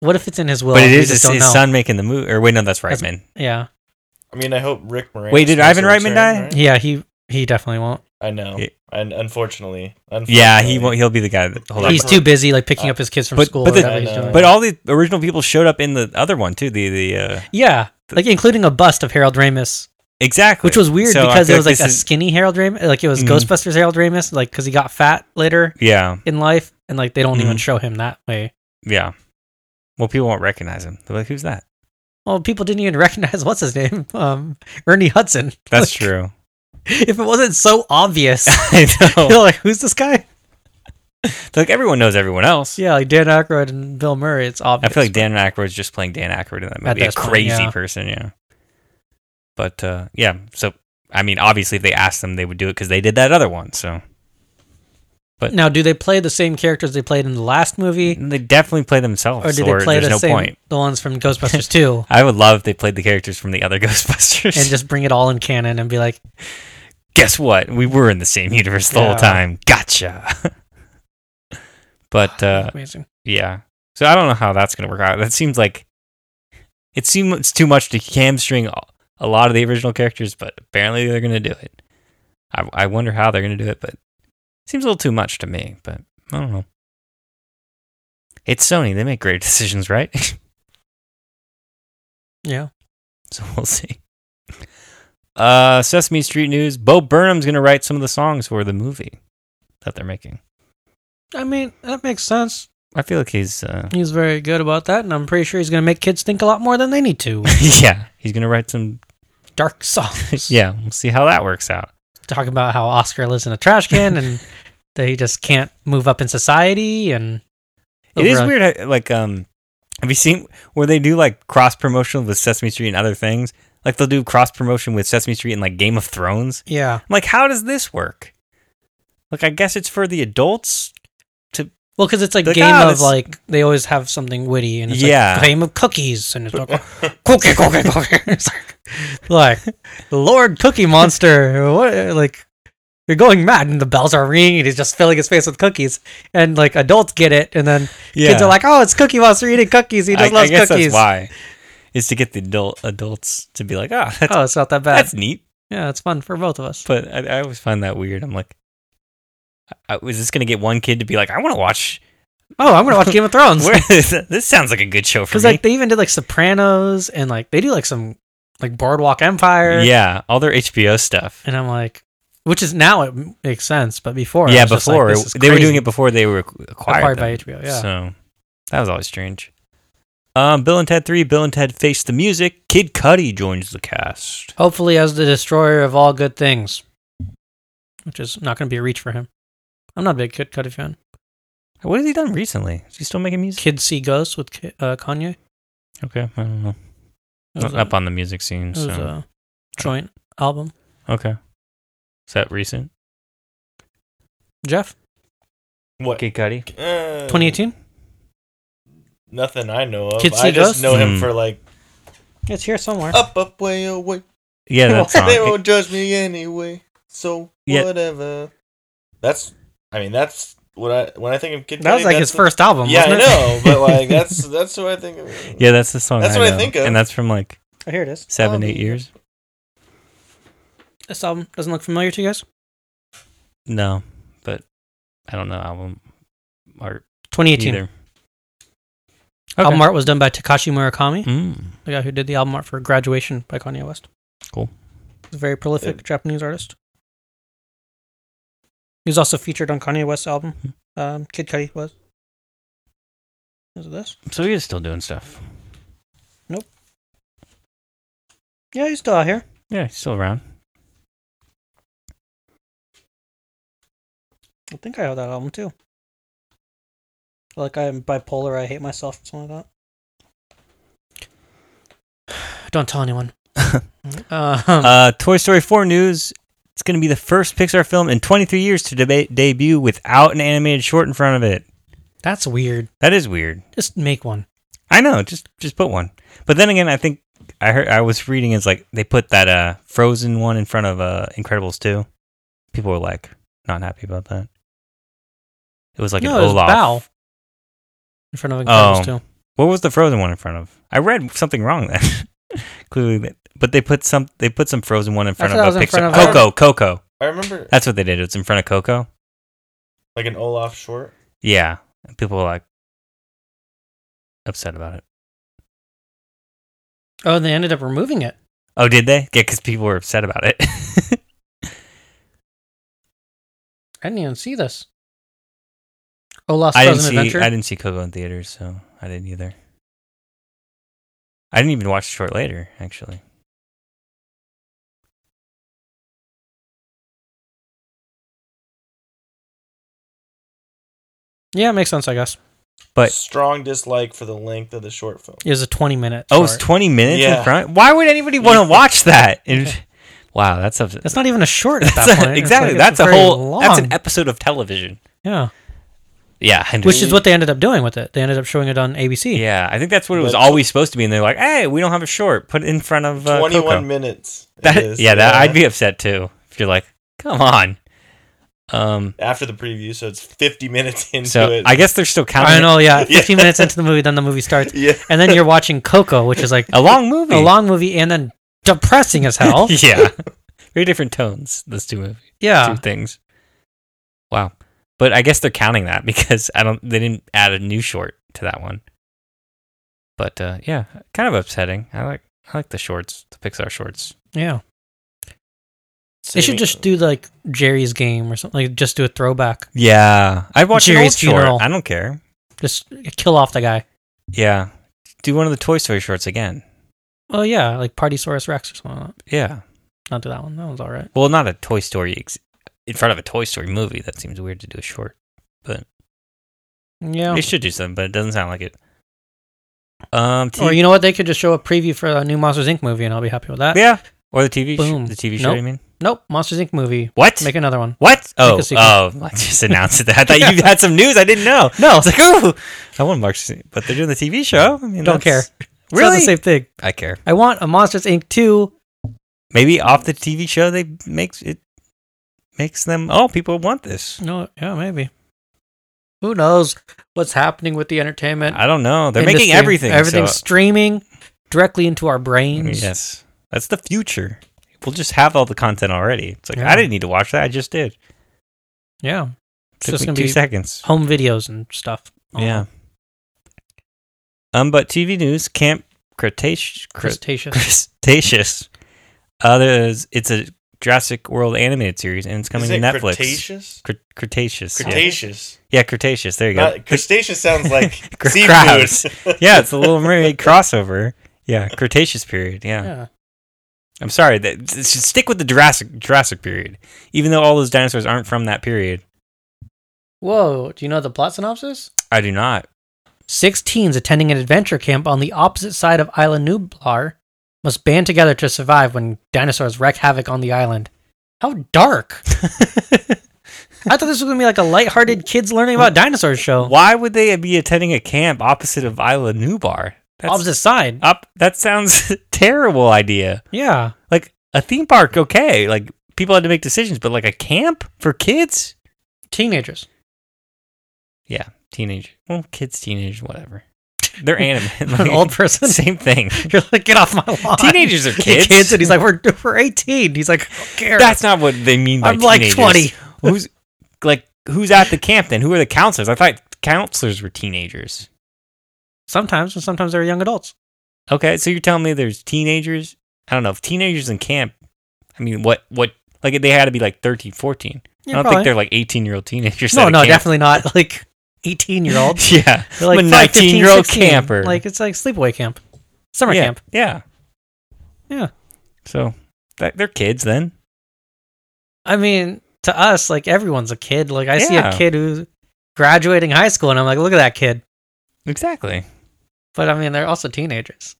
[SPEAKER 2] what if it's in his will?
[SPEAKER 3] but it
[SPEAKER 2] We
[SPEAKER 3] is his,
[SPEAKER 2] just don't
[SPEAKER 3] his
[SPEAKER 2] know?
[SPEAKER 3] son making the movie or wait no that's
[SPEAKER 2] That's-
[SPEAKER 3] Reitman
[SPEAKER 2] Yeah,
[SPEAKER 4] I mean, I hope Rick Moranis.
[SPEAKER 3] Wait, did
[SPEAKER 4] makes
[SPEAKER 3] Ivan
[SPEAKER 4] a
[SPEAKER 3] Reitman
[SPEAKER 4] return,
[SPEAKER 3] die?
[SPEAKER 4] right?
[SPEAKER 2] yeah. He he definitely won't.
[SPEAKER 4] I know.
[SPEAKER 3] Yeah.
[SPEAKER 4] And unfortunately, unfortunately,
[SPEAKER 3] yeah he won't he'll be the guy that hold
[SPEAKER 4] Well,
[SPEAKER 3] on
[SPEAKER 2] he's
[SPEAKER 4] but-
[SPEAKER 2] too busy like picking up his kids from
[SPEAKER 3] Oh. but-
[SPEAKER 2] school. or
[SPEAKER 3] but the-
[SPEAKER 2] whatever he's
[SPEAKER 4] I know.
[SPEAKER 2] doing.
[SPEAKER 3] but all the original people showed up in the other one too the the uh
[SPEAKER 2] yeah, like including a bust of Harold Ramis,
[SPEAKER 3] Exactly.
[SPEAKER 2] which was weird
[SPEAKER 3] So I
[SPEAKER 2] because it
[SPEAKER 3] feel
[SPEAKER 2] was like
[SPEAKER 3] this
[SPEAKER 2] a
[SPEAKER 3] is-
[SPEAKER 2] skinny Harold Ramis, like it was
[SPEAKER 3] Mhm.
[SPEAKER 2] Ghostbusters Harold Ramis, like because he got fat later
[SPEAKER 3] yeah,
[SPEAKER 2] in life, and like they don't even
[SPEAKER 3] Mhm.
[SPEAKER 2] show him that way.
[SPEAKER 3] yeah. Well, people won't recognize him. They're like, "Who's that?"
[SPEAKER 2] Well, people didn't even recognize what's his name, um, Ernie Hudson.
[SPEAKER 3] That's
[SPEAKER 2] Like,
[SPEAKER 3] true.
[SPEAKER 2] If it wasn't so obvious,
[SPEAKER 3] I
[SPEAKER 2] you're
[SPEAKER 3] know.
[SPEAKER 2] like, who's this guy?
[SPEAKER 3] They're like everyone knows everyone else.
[SPEAKER 2] Yeah, like Dan Aykroyd and Bill Murray. It's
[SPEAKER 3] I
[SPEAKER 2] obvious.
[SPEAKER 3] feel like Dan Aykroyd's just playing Dan Aykroyd in that
[SPEAKER 2] At
[SPEAKER 3] movie. A
[SPEAKER 2] this point,
[SPEAKER 3] crazy
[SPEAKER 2] yeah.
[SPEAKER 3] person, yeah. But uh, yeah, so I mean, obviously, if they asked them, they would do it because they did that other one. So
[SPEAKER 2] now, do they play the same characters they played in the last movie,
[SPEAKER 3] And they definitely play themselves.
[SPEAKER 2] or do
[SPEAKER 3] or
[SPEAKER 2] they play
[SPEAKER 3] there's
[SPEAKER 2] the
[SPEAKER 3] no
[SPEAKER 2] same
[SPEAKER 3] point.
[SPEAKER 2] the ones from Ghostbusters Two?
[SPEAKER 3] I would love if they played the characters from the other Ghostbusters.
[SPEAKER 2] And just bring it all in canon and be like,
[SPEAKER 3] guess what? We were in the same universe the whole
[SPEAKER 2] Yeah.
[SPEAKER 3] time. Gotcha. but uh,
[SPEAKER 2] "Oh, amazing.
[SPEAKER 3] Yeah. So I don't know how that's going to work out. That seems like it seems it's too much to hamstring a- a lot of the original characters, but apparently they're going to do it. I, I wonder how they're going to do it, but it seems a little too much to me, but I don't know. It's Sony. They make great decisions, right?
[SPEAKER 2] Yeah.
[SPEAKER 3] so we'll see. Uh, Sesame Street News. Bo Burnham's going to write some of the songs for the movie that they're making.
[SPEAKER 2] I mean, that makes sense.
[SPEAKER 3] I feel like he's. Uh,
[SPEAKER 2] He's very good about that, and I'm pretty sure he's going to make kids think a lot more than they need to.
[SPEAKER 3] yeah, he's going to write some.
[SPEAKER 2] Dark songs.
[SPEAKER 3] Yeah, we'll see how that works out.
[SPEAKER 2] Talking about how Oscar lives in a trash can and that he just can't move up in society. And
[SPEAKER 3] It is
[SPEAKER 2] Overall-
[SPEAKER 3] weird. how- Like, um, have you seen where they do like cross promotion with Sesame Street and other things? Like they'll do cross promotion with Sesame Street and like Game of Thrones.
[SPEAKER 2] Yeah.
[SPEAKER 3] I'm like, how does this work? Like, I guess it's for the adults.
[SPEAKER 2] Well, because it's like
[SPEAKER 3] Like,
[SPEAKER 2] game
[SPEAKER 3] ah,
[SPEAKER 2] of
[SPEAKER 3] this-
[SPEAKER 2] like they always have something witty, and it's
[SPEAKER 3] Yeah.
[SPEAKER 2] like game of cookies, and it's like cookie, cookie, cookie. It's like, like Lord Cookie Monster, what? Like you're going mad, and the bells are ringing, and he's just filling his face with cookies, and like adults get it, and then kids are like, "Oh, it's Cookie Monster eating cookies. He
[SPEAKER 3] I,
[SPEAKER 2] just
[SPEAKER 3] I
[SPEAKER 2] loves
[SPEAKER 3] guess
[SPEAKER 2] cookies."
[SPEAKER 3] that's why. Is to get the adult adults to be like, ah, that's,
[SPEAKER 2] Oh, it's not that bad.
[SPEAKER 3] that's neat.
[SPEAKER 2] yeah, it's fun for both of us.
[SPEAKER 3] But I, I always find that weird. I'm like, I, I- is this gonna get one kid to be like, I want to watch?
[SPEAKER 2] Oh, I'm gonna watch Game of Thrones
[SPEAKER 3] Where, this sounds like a good show for
[SPEAKER 2] because
[SPEAKER 3] me.
[SPEAKER 2] like they even did like Sopranos, and like they do like some like Boardwalk Empire.
[SPEAKER 3] yeah, all their HBO stuff.
[SPEAKER 2] and I'm like, which is now it makes sense, but before, I
[SPEAKER 3] yeah,
[SPEAKER 2] was just like,
[SPEAKER 3] before
[SPEAKER 2] this is
[SPEAKER 3] they were doing
[SPEAKER 2] crazy.
[SPEAKER 3] it before they were ac- acquired,
[SPEAKER 2] acquired
[SPEAKER 3] by
[SPEAKER 2] by HBO. Yeah,
[SPEAKER 3] So that was always strange. Um, Bill and Ted Three, Bill and Ted Face the Music. Kid Cudi joins the cast.
[SPEAKER 2] hopefully as the destroyer of all good things, which is not going to be a reach for him. I'm not a big Kid Cudi fan.
[SPEAKER 3] What has he done recently? Is he still making music?
[SPEAKER 2] Kids see ghosts with Ki- uh, Kanye.
[SPEAKER 3] Okay, I don't know.
[SPEAKER 2] It was
[SPEAKER 3] Not
[SPEAKER 2] a-
[SPEAKER 3] up on the music scene.
[SPEAKER 2] it was
[SPEAKER 3] So
[SPEAKER 2] a joint album.
[SPEAKER 3] okay, is that recent?
[SPEAKER 2] Jeff,
[SPEAKER 4] what?
[SPEAKER 3] Kid Cudi.
[SPEAKER 4] Uh,
[SPEAKER 2] 2018.
[SPEAKER 4] Nothing I know of.
[SPEAKER 2] Kids
[SPEAKER 4] I
[SPEAKER 2] See
[SPEAKER 4] just
[SPEAKER 2] Ghosts?
[SPEAKER 4] know him
[SPEAKER 3] Hmm.
[SPEAKER 4] for like
[SPEAKER 2] It's here somewhere.
[SPEAKER 4] up, up, way uh, away.
[SPEAKER 3] Yeah, that song.
[SPEAKER 4] they won't judge me anyway, so
[SPEAKER 3] Yeah.
[SPEAKER 4] whatever. That's. I mean, that's what I when I think of Kid.
[SPEAKER 2] that was
[SPEAKER 4] Cudi,
[SPEAKER 2] like
[SPEAKER 4] that's
[SPEAKER 2] his first album.
[SPEAKER 4] Yeah, I
[SPEAKER 2] wasn't it?
[SPEAKER 4] know, but like that's that's what I think of.
[SPEAKER 3] yeah, that's the song.
[SPEAKER 4] That's
[SPEAKER 3] I
[SPEAKER 4] what I
[SPEAKER 3] know,
[SPEAKER 4] think of.
[SPEAKER 3] and that's from like
[SPEAKER 2] Oh, here it is.
[SPEAKER 3] seven,
[SPEAKER 4] Oh,
[SPEAKER 3] eight
[SPEAKER 4] yeah.
[SPEAKER 3] years.
[SPEAKER 2] This album doesn't look familiar to you guys.
[SPEAKER 3] No, but I don't know album art
[SPEAKER 2] 2018.
[SPEAKER 3] either.
[SPEAKER 2] Album art was done by Takashi Murakami,
[SPEAKER 3] Mm.
[SPEAKER 2] the guy who did the album art for Graduation by Kanye West. He's a very prolific
[SPEAKER 4] It-
[SPEAKER 2] Japanese artist. He was also featured on Kanye West's album. Um, Kid Cudi was. Is it this?
[SPEAKER 3] So he is still doing stuff.
[SPEAKER 2] Yeah, he's still out here.
[SPEAKER 3] Yeah, he's still around.
[SPEAKER 2] I think I have that album too. Like I'm bipolar, I hate myself, something like that. Don't tell anyone. uh,
[SPEAKER 3] Uh, Toy Story 4 news. It's going to be the first Pixar film in 23 years to deba- debut without an animated short in front of it.
[SPEAKER 2] that's weird.
[SPEAKER 3] That is weird.
[SPEAKER 2] Just make one.
[SPEAKER 3] I know, just just put one. But then again, I think I heard I was reading is like they put that uh Frozen one in front of uh Incredibles 2. People were like not happy about that. It was like
[SPEAKER 2] no,
[SPEAKER 3] an
[SPEAKER 2] it's
[SPEAKER 3] Olaf.
[SPEAKER 2] Bao. In front of Incredibles
[SPEAKER 3] Oh.
[SPEAKER 2] too.
[SPEAKER 3] What was the Frozen one in front of? I read something wrong then. Clearly, that- but they put some they put some Frozen one in front
[SPEAKER 2] thought it
[SPEAKER 3] of
[SPEAKER 2] was
[SPEAKER 3] a
[SPEAKER 2] in
[SPEAKER 3] Pixar.
[SPEAKER 2] front uh,
[SPEAKER 4] of-
[SPEAKER 3] Coco, Coco.
[SPEAKER 4] I remember
[SPEAKER 3] That's what they did. It's in front of Coco.
[SPEAKER 4] like an Olaf short.
[SPEAKER 3] Yeah, and people were like upset about it.
[SPEAKER 2] Oh, they ended up removing it.
[SPEAKER 3] Oh, did they? Yeah, because people were upset about it.
[SPEAKER 2] I didn't even see this. Olaf's
[SPEAKER 3] I
[SPEAKER 2] Frozen
[SPEAKER 3] didn't see.
[SPEAKER 2] Adventure.
[SPEAKER 3] I didn't see Coco in theaters, so I didn't either. I didn't even watch the short later. Actually,
[SPEAKER 2] Yeah, it makes sense, I guess.
[SPEAKER 3] But-
[SPEAKER 4] strong dislike for the length of the short film.
[SPEAKER 2] It was a 20 minute.
[SPEAKER 3] oh, it's
[SPEAKER 2] short.
[SPEAKER 3] twenty minutes in
[SPEAKER 4] Yeah.
[SPEAKER 3] front. Why would anybody want to watch that? And- wow, that's upset.
[SPEAKER 2] That's not even a short at that
[SPEAKER 3] That's a-
[SPEAKER 2] point. It's
[SPEAKER 3] exactly.
[SPEAKER 2] like, it's
[SPEAKER 3] that's a
[SPEAKER 2] very
[SPEAKER 3] whole. That's
[SPEAKER 2] long.
[SPEAKER 3] an episode of television.
[SPEAKER 2] yeah.
[SPEAKER 3] Yeah, I
[SPEAKER 2] Which
[SPEAKER 3] know.
[SPEAKER 2] is what they ended up doing with it. They ended up showing it on ABC.
[SPEAKER 3] Yeah, I think that's what it was
[SPEAKER 4] But-
[SPEAKER 3] always supposed to be, and they're like, "Hey, we don't have a short. Put it in front of uh,
[SPEAKER 4] Twenty
[SPEAKER 3] Coco."
[SPEAKER 4] one minutes. it
[SPEAKER 3] That-
[SPEAKER 4] is, uh,
[SPEAKER 3] yeah, that I'd be upset too if you're like, "Come on." Um.
[SPEAKER 4] after the preview, so it's fifty minutes into
[SPEAKER 3] So
[SPEAKER 4] it.
[SPEAKER 3] I guess they're still counting.
[SPEAKER 2] I know, yeah.
[SPEAKER 4] Yeah.
[SPEAKER 2] 15 minutes into the movie, then the movie starts.
[SPEAKER 4] yeah.
[SPEAKER 2] And then you're watching Coco, which is like
[SPEAKER 3] it. A long movie.
[SPEAKER 2] a long movie and then depressing as hell.
[SPEAKER 3] yeah. Very different tones. Those two movies,
[SPEAKER 2] Yeah.
[SPEAKER 3] two things. Wow. But I guess they're counting that because I don't. They didn't add a new short to that one. But uh, yeah, kind of upsetting. I like. I like the shorts, the Pixar shorts.
[SPEAKER 2] Yeah. They should just do like Jerry's game or something. Like just do a throwback.
[SPEAKER 3] Yeah, I'd watch an old
[SPEAKER 2] Jerry's Funeral.
[SPEAKER 3] short. I don't care.
[SPEAKER 2] Just kill off the guy.
[SPEAKER 3] Yeah. Do one of the Toy Story shorts again.
[SPEAKER 2] Oh, yeah. Like Party Saurus Rex or something like that.
[SPEAKER 3] Yeah.
[SPEAKER 2] Not do that one. That one's all right.
[SPEAKER 3] Well, not a Toy Story ex- in front of a Toy Story movie. That seems weird to do a short.
[SPEAKER 2] Yeah.
[SPEAKER 3] They should do something, but it doesn't sound like it. Um, t-
[SPEAKER 2] Or you know what? They could just show a preview for a new Monsters Inc. movie, and I'll be happy with that.
[SPEAKER 3] yeah, or the TV, sh-
[SPEAKER 2] Uh, Boom.
[SPEAKER 3] the TV show.
[SPEAKER 2] Nope.
[SPEAKER 3] You mean
[SPEAKER 2] Nope, Monsters Inc. movie.
[SPEAKER 3] what?
[SPEAKER 2] Make another one.
[SPEAKER 3] what? Oh,
[SPEAKER 2] a sequel.
[SPEAKER 3] oh! I just announced it. I thought you had some news. I didn't know.
[SPEAKER 2] No,
[SPEAKER 3] I was like, ooh, I want Mark's, but they're doing the TV show. I mean,
[SPEAKER 2] Don't
[SPEAKER 3] that's-
[SPEAKER 2] it's not
[SPEAKER 3] Really?
[SPEAKER 2] the same thing.
[SPEAKER 3] I care.
[SPEAKER 2] I want a Monsters Inc. two.
[SPEAKER 3] Maybe off the TV show, they makes it makes them. Oh, people want this.
[SPEAKER 2] No, yeah, maybe. Who knows what's happening with the entertainment?
[SPEAKER 3] I don't know. They're making
[SPEAKER 2] industry.
[SPEAKER 3] everything. so-
[SPEAKER 2] Everything's streaming directly into our brains.
[SPEAKER 3] Yes. That's the future. We'll just have all the content already. It's like,
[SPEAKER 2] Yeah.
[SPEAKER 3] I didn't need to watch that. I just did.
[SPEAKER 2] Yeah, it's
[SPEAKER 3] Took
[SPEAKER 2] just
[SPEAKER 3] me
[SPEAKER 2] gonna
[SPEAKER 3] two
[SPEAKER 2] be
[SPEAKER 3] seconds.
[SPEAKER 2] home videos and stuff.
[SPEAKER 3] Yeah. Um, but TV news, Camp Cretaceous.
[SPEAKER 2] Crustaceous.
[SPEAKER 3] Cretaceous. Uh, there's, it's a Jurassic World animated series, and it's coming
[SPEAKER 4] Isn't
[SPEAKER 3] to
[SPEAKER 4] it
[SPEAKER 3] Netflix.
[SPEAKER 4] Cretaceous.
[SPEAKER 3] Cre- Cretaceous. yeah.
[SPEAKER 4] Cretaceous.
[SPEAKER 3] Yeah. Cretaceous. There you go.
[SPEAKER 4] Not, crustaceous sounds like
[SPEAKER 3] Cr-
[SPEAKER 4] seafood.
[SPEAKER 3] crabs. yeah, it's the Little Mermaid crossover. Yeah, Cretaceous period. Yeah.
[SPEAKER 2] yeah.
[SPEAKER 3] I'm sorry. That it should stick with the Jurassic Jurassic period, even though all those dinosaurs aren't from that period.
[SPEAKER 2] Whoa! Do you know the plot synopsis?
[SPEAKER 3] I do not.
[SPEAKER 2] Six teens attending an adventure camp on the opposite side of Isla Nublar must band together to survive when dinosaurs wreak havoc on the island. How dark! I thought this was gonna be like a lighthearted kids learning about dinosaurs show.
[SPEAKER 3] Why would they be attending a camp opposite of Isla Nubar? That's,
[SPEAKER 2] Opposite side.
[SPEAKER 3] Up. That sounds terrible idea.
[SPEAKER 2] Yeah.
[SPEAKER 3] Like a theme park, okay. Like people had to make decisions, but like a camp for kids.
[SPEAKER 2] Teenagers.
[SPEAKER 3] Yeah, teenage. Well, kids, teenage, whatever. They're anime.
[SPEAKER 2] An old person.
[SPEAKER 3] Same thing.
[SPEAKER 2] You're like, get off my lawn.
[SPEAKER 3] Teenagers are kids.
[SPEAKER 2] and he's like, we're, we're 18. He's like, I don't care.
[SPEAKER 3] That's not what they mean by
[SPEAKER 2] I'm like
[SPEAKER 3] teenagers.
[SPEAKER 2] 20.
[SPEAKER 3] who's like who's at the camp then? Who are the counselors? I thought counselors were teenagers.
[SPEAKER 2] Sometimes, and sometimes they're young adults.
[SPEAKER 3] Okay, so you're telling me there's teenagers? I don't know if teenagers in camp. I mean, what what like they had to be like 13, 14.
[SPEAKER 2] Yeah,
[SPEAKER 3] I don't
[SPEAKER 2] probably.
[SPEAKER 3] think they're like 18 year old teenagers.
[SPEAKER 2] No,
[SPEAKER 3] at a
[SPEAKER 2] no,
[SPEAKER 3] camp.
[SPEAKER 2] definitely not. Like eighteen year old.
[SPEAKER 3] Yeah.
[SPEAKER 2] They're like
[SPEAKER 3] I'm a
[SPEAKER 2] 5, 15,
[SPEAKER 3] 19 year old
[SPEAKER 2] 16.
[SPEAKER 3] camper.
[SPEAKER 2] Like it's like sleepaway camp, summer
[SPEAKER 3] yeah,
[SPEAKER 2] camp.
[SPEAKER 3] Yeah.
[SPEAKER 2] Yeah.
[SPEAKER 3] So that, they're kids then.
[SPEAKER 2] I mean, to us, like everyone's a kid. Like I see a
[SPEAKER 3] Yeah.
[SPEAKER 2] kid who's graduating high school, and I'm like, look at that kid.
[SPEAKER 3] Exactly.
[SPEAKER 2] But I mean, they're also teenagers.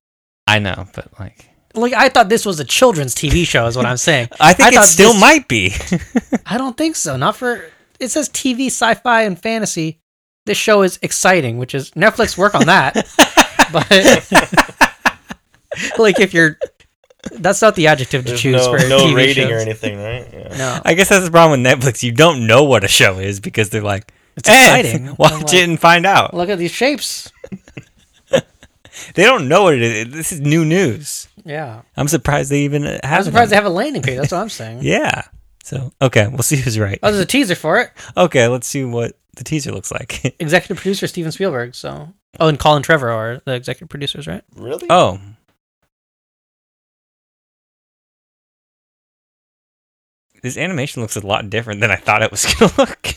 [SPEAKER 3] I know, but like
[SPEAKER 2] Like I thought this was a children's TV show, is what I'm saying.
[SPEAKER 3] I think it
[SPEAKER 2] thought
[SPEAKER 3] still
[SPEAKER 2] this-
[SPEAKER 3] might be.
[SPEAKER 2] I don't think so. Not for it says TV, sci-fi, and fantasy. This show is exciting, which is Netflix work on that. but like if you're, that's not the adjective to
[SPEAKER 4] There's
[SPEAKER 2] choose
[SPEAKER 4] no,
[SPEAKER 2] for
[SPEAKER 4] no
[SPEAKER 2] TV
[SPEAKER 4] rating
[SPEAKER 2] shows.
[SPEAKER 4] or anything, right? Yeah.
[SPEAKER 2] No,
[SPEAKER 3] I guess that's the problem with Netflix. You don't know what a show is because they're like,
[SPEAKER 2] It's
[SPEAKER 3] "Eh,
[SPEAKER 2] exciting."
[SPEAKER 3] Watch
[SPEAKER 2] I'm like-
[SPEAKER 3] it and find out.
[SPEAKER 2] look at these shapes.
[SPEAKER 3] They don't know what it is. This is new news.
[SPEAKER 2] Yeah,
[SPEAKER 3] I'm surprised they even have.
[SPEAKER 2] I'm surprised they have a landing page. That's what I'm saying.
[SPEAKER 3] Yeah. So okay, we'll see who's right.
[SPEAKER 2] Oh, there's a teaser for it.
[SPEAKER 3] Okay, let's see what the teaser looks like.
[SPEAKER 2] Executive producer Steven Spielberg. So, oh, and Colin Trevor are the executive producers, right?
[SPEAKER 4] Really?
[SPEAKER 3] oh, this animation looks a lot different than I thought it was gonna look.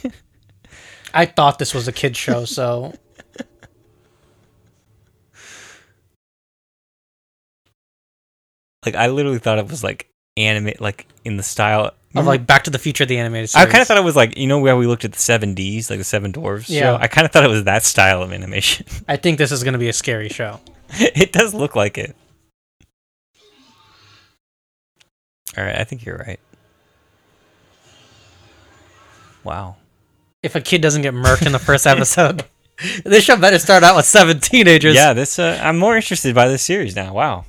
[SPEAKER 2] I thought this was a kid show, so
[SPEAKER 3] like I literally thought it was like anime, like in the style
[SPEAKER 2] of like Back to the Future, the animated
[SPEAKER 3] I
[SPEAKER 2] series.
[SPEAKER 3] kind of thought it was like you know where we looked at the seven Ds, like the seven dwarves.
[SPEAKER 2] Yeah.
[SPEAKER 3] Yeah. I kind of thought it was that style of animation.
[SPEAKER 2] I think this is going to be a scary show.
[SPEAKER 3] it does look like it. All right, I think you're right. Wow.
[SPEAKER 2] If a kid doesn't get murked in the first episode, this show better start out with seven teenagers.
[SPEAKER 3] yeah, this uh, I'm more interested by this series now. Wow.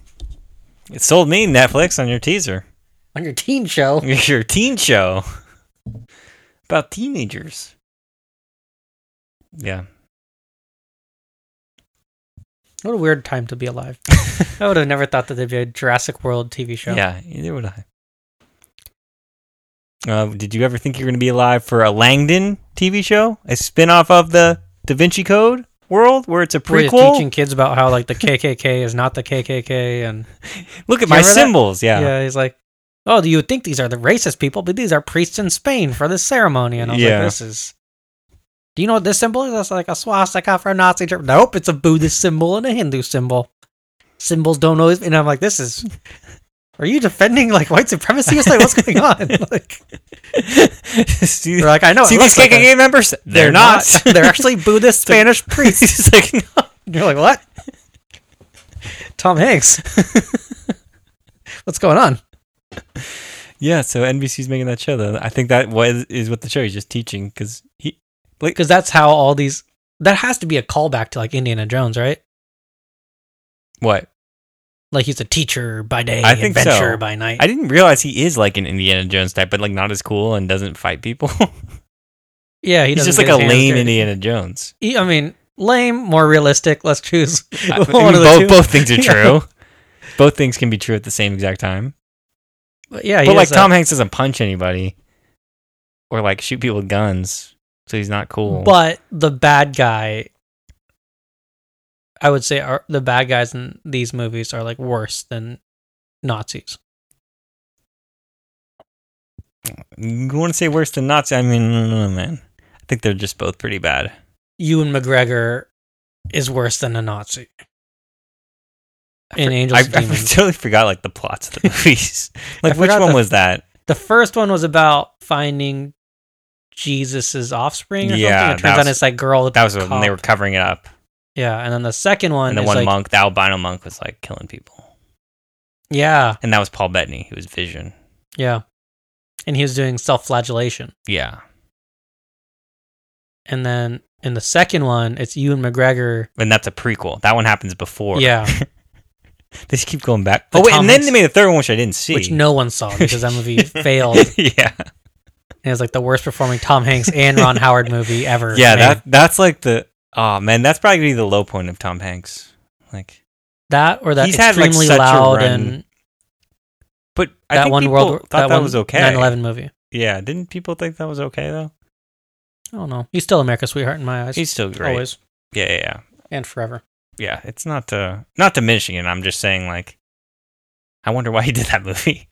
[SPEAKER 3] It sold me Netflix on your teaser,
[SPEAKER 2] on your teen show.
[SPEAKER 3] your teen show about teenagers. Yeah.
[SPEAKER 2] What a weird time to be alive. I would have never thought that there'd be a Jurassic World TV show.
[SPEAKER 3] Yeah, neither would I. Uh, did you ever think you were going to be alive for a Langdon TV show, a spin-off of the Da Vinci Code world, where it's a
[SPEAKER 2] Where you're
[SPEAKER 3] prequel?
[SPEAKER 2] teaching kids about how like the KKK is not the KKK, and
[SPEAKER 3] Look at
[SPEAKER 2] Do you remember
[SPEAKER 3] my
[SPEAKER 2] that?
[SPEAKER 3] symbols.
[SPEAKER 2] yeah,
[SPEAKER 3] Yeah.
[SPEAKER 2] he's like, oh, do you think these are the racist people? But these are priests in Spain for this ceremony, and I was
[SPEAKER 3] Yeah.
[SPEAKER 2] like, this is. Do you know what this symbol is? That's like a swastika for a Nazi. Ger- nope, it's a Buddhist symbol and a Hindu symbol. Symbols don't always. And I'm like, this is. Are you defending like white supremacy? It's like, what's going on? Like,
[SPEAKER 3] see
[SPEAKER 2] they're like, I know. Oh, it
[SPEAKER 3] see
[SPEAKER 2] looks
[SPEAKER 3] these
[SPEAKER 2] like
[SPEAKER 3] KKK
[SPEAKER 2] a-
[SPEAKER 3] members? They're, not.
[SPEAKER 2] they're actually Buddhist Spanish priests.
[SPEAKER 3] It's like, no.
[SPEAKER 2] And you're like, what? Tom Hanks. What's going on?
[SPEAKER 3] Yeah, so NBC's making that show though. I think that was is what the show is just teaching because he like
[SPEAKER 2] Because that's how all these. That has to be a callback to like Indiana Jones, right?
[SPEAKER 3] what
[SPEAKER 2] Like he's a teacher by day,
[SPEAKER 3] I think so.
[SPEAKER 2] adventurer by night.
[SPEAKER 3] I didn't realize he is like an Indiana Jones type, but like not as cool and doesn't fight people.
[SPEAKER 2] yeah, he
[SPEAKER 3] He's
[SPEAKER 2] doesn't
[SPEAKER 3] just
[SPEAKER 2] get
[SPEAKER 3] like a
[SPEAKER 2] his hands
[SPEAKER 3] lame
[SPEAKER 2] dirty.
[SPEAKER 3] Indiana Jones.
[SPEAKER 2] He- I mean, lame, more realistic. Let's choose
[SPEAKER 3] I-
[SPEAKER 2] one
[SPEAKER 3] I mean,
[SPEAKER 2] of the
[SPEAKER 3] both
[SPEAKER 2] two.
[SPEAKER 3] both things are
[SPEAKER 2] Yeah.
[SPEAKER 3] true. Both things can be true at the same exact time.
[SPEAKER 2] But yeah, Uh, he
[SPEAKER 3] but like
[SPEAKER 2] is a-
[SPEAKER 3] Tom Hanks doesn't punch anybody or like shoot people with guns, so he's not cool.
[SPEAKER 2] But the bad guy, I would say, are the bad guys in these movies are like worse than Nazis.
[SPEAKER 3] you want to say worse than Nazi? I mean, no, no, no, man. I think they're just both pretty bad.
[SPEAKER 2] Ewan McGregor is worse than a Nazi. In
[SPEAKER 3] I, I
[SPEAKER 2] Angels and Demons.
[SPEAKER 3] totally forgot like the plots of the movies.
[SPEAKER 2] I
[SPEAKER 3] like which
[SPEAKER 2] forgot
[SPEAKER 3] one
[SPEAKER 2] the-
[SPEAKER 3] was that?
[SPEAKER 2] The first one was about finding Jesus's offspring or
[SPEAKER 3] Yeah,
[SPEAKER 2] something. It
[SPEAKER 3] that
[SPEAKER 2] turns out
[SPEAKER 3] was-
[SPEAKER 2] it's that girl.
[SPEAKER 3] That was when
[SPEAKER 2] cop.
[SPEAKER 3] they were covering it up,
[SPEAKER 2] Yeah, and then the second one
[SPEAKER 3] and the
[SPEAKER 2] is
[SPEAKER 3] one
[SPEAKER 2] like
[SPEAKER 3] monk, the albino monk, was like killing people,
[SPEAKER 2] yeah,
[SPEAKER 3] and that was Paul Bettany. He was Vision.
[SPEAKER 2] yeah, and he was doing self-flagellation.
[SPEAKER 3] Yeah,
[SPEAKER 2] And then in the second one, it's Ewan McGregor.
[SPEAKER 3] and that's a prequel. That one happens before.
[SPEAKER 2] Yeah,
[SPEAKER 3] They just keep going back.
[SPEAKER 2] But
[SPEAKER 3] oh wait,
[SPEAKER 2] Tom
[SPEAKER 3] and then
[SPEAKER 2] Hanks-
[SPEAKER 3] they made a third one which I didn't see.
[SPEAKER 2] which no one saw because that movie failed, and
[SPEAKER 3] yeah,
[SPEAKER 2] it's like the worst performing Tom Hanks and Ron Howard movie ever.
[SPEAKER 3] yeah.
[SPEAKER 2] made.
[SPEAKER 3] That that's like the oh man, that's probably gonna be the low point of Tom Hanks. Like,
[SPEAKER 2] that or that
[SPEAKER 3] He's had, like,
[SPEAKER 2] extremely
[SPEAKER 3] such a
[SPEAKER 2] loud
[SPEAKER 3] run.
[SPEAKER 2] and
[SPEAKER 3] but I
[SPEAKER 2] that
[SPEAKER 3] think
[SPEAKER 2] one
[SPEAKER 3] people
[SPEAKER 2] world
[SPEAKER 3] thought that,
[SPEAKER 2] one
[SPEAKER 3] was okay.
[SPEAKER 2] 9/11 movie.
[SPEAKER 3] Yeah, didn't people think that was okay though?
[SPEAKER 2] I don't know. He's still America's sweetheart in my eyes.
[SPEAKER 3] He's still great.
[SPEAKER 2] always
[SPEAKER 3] Yeah, yeah, yeah.
[SPEAKER 2] and forever.
[SPEAKER 3] Yeah, It's not uh, not diminishing it. I'm just saying like, I wonder why he did that movie.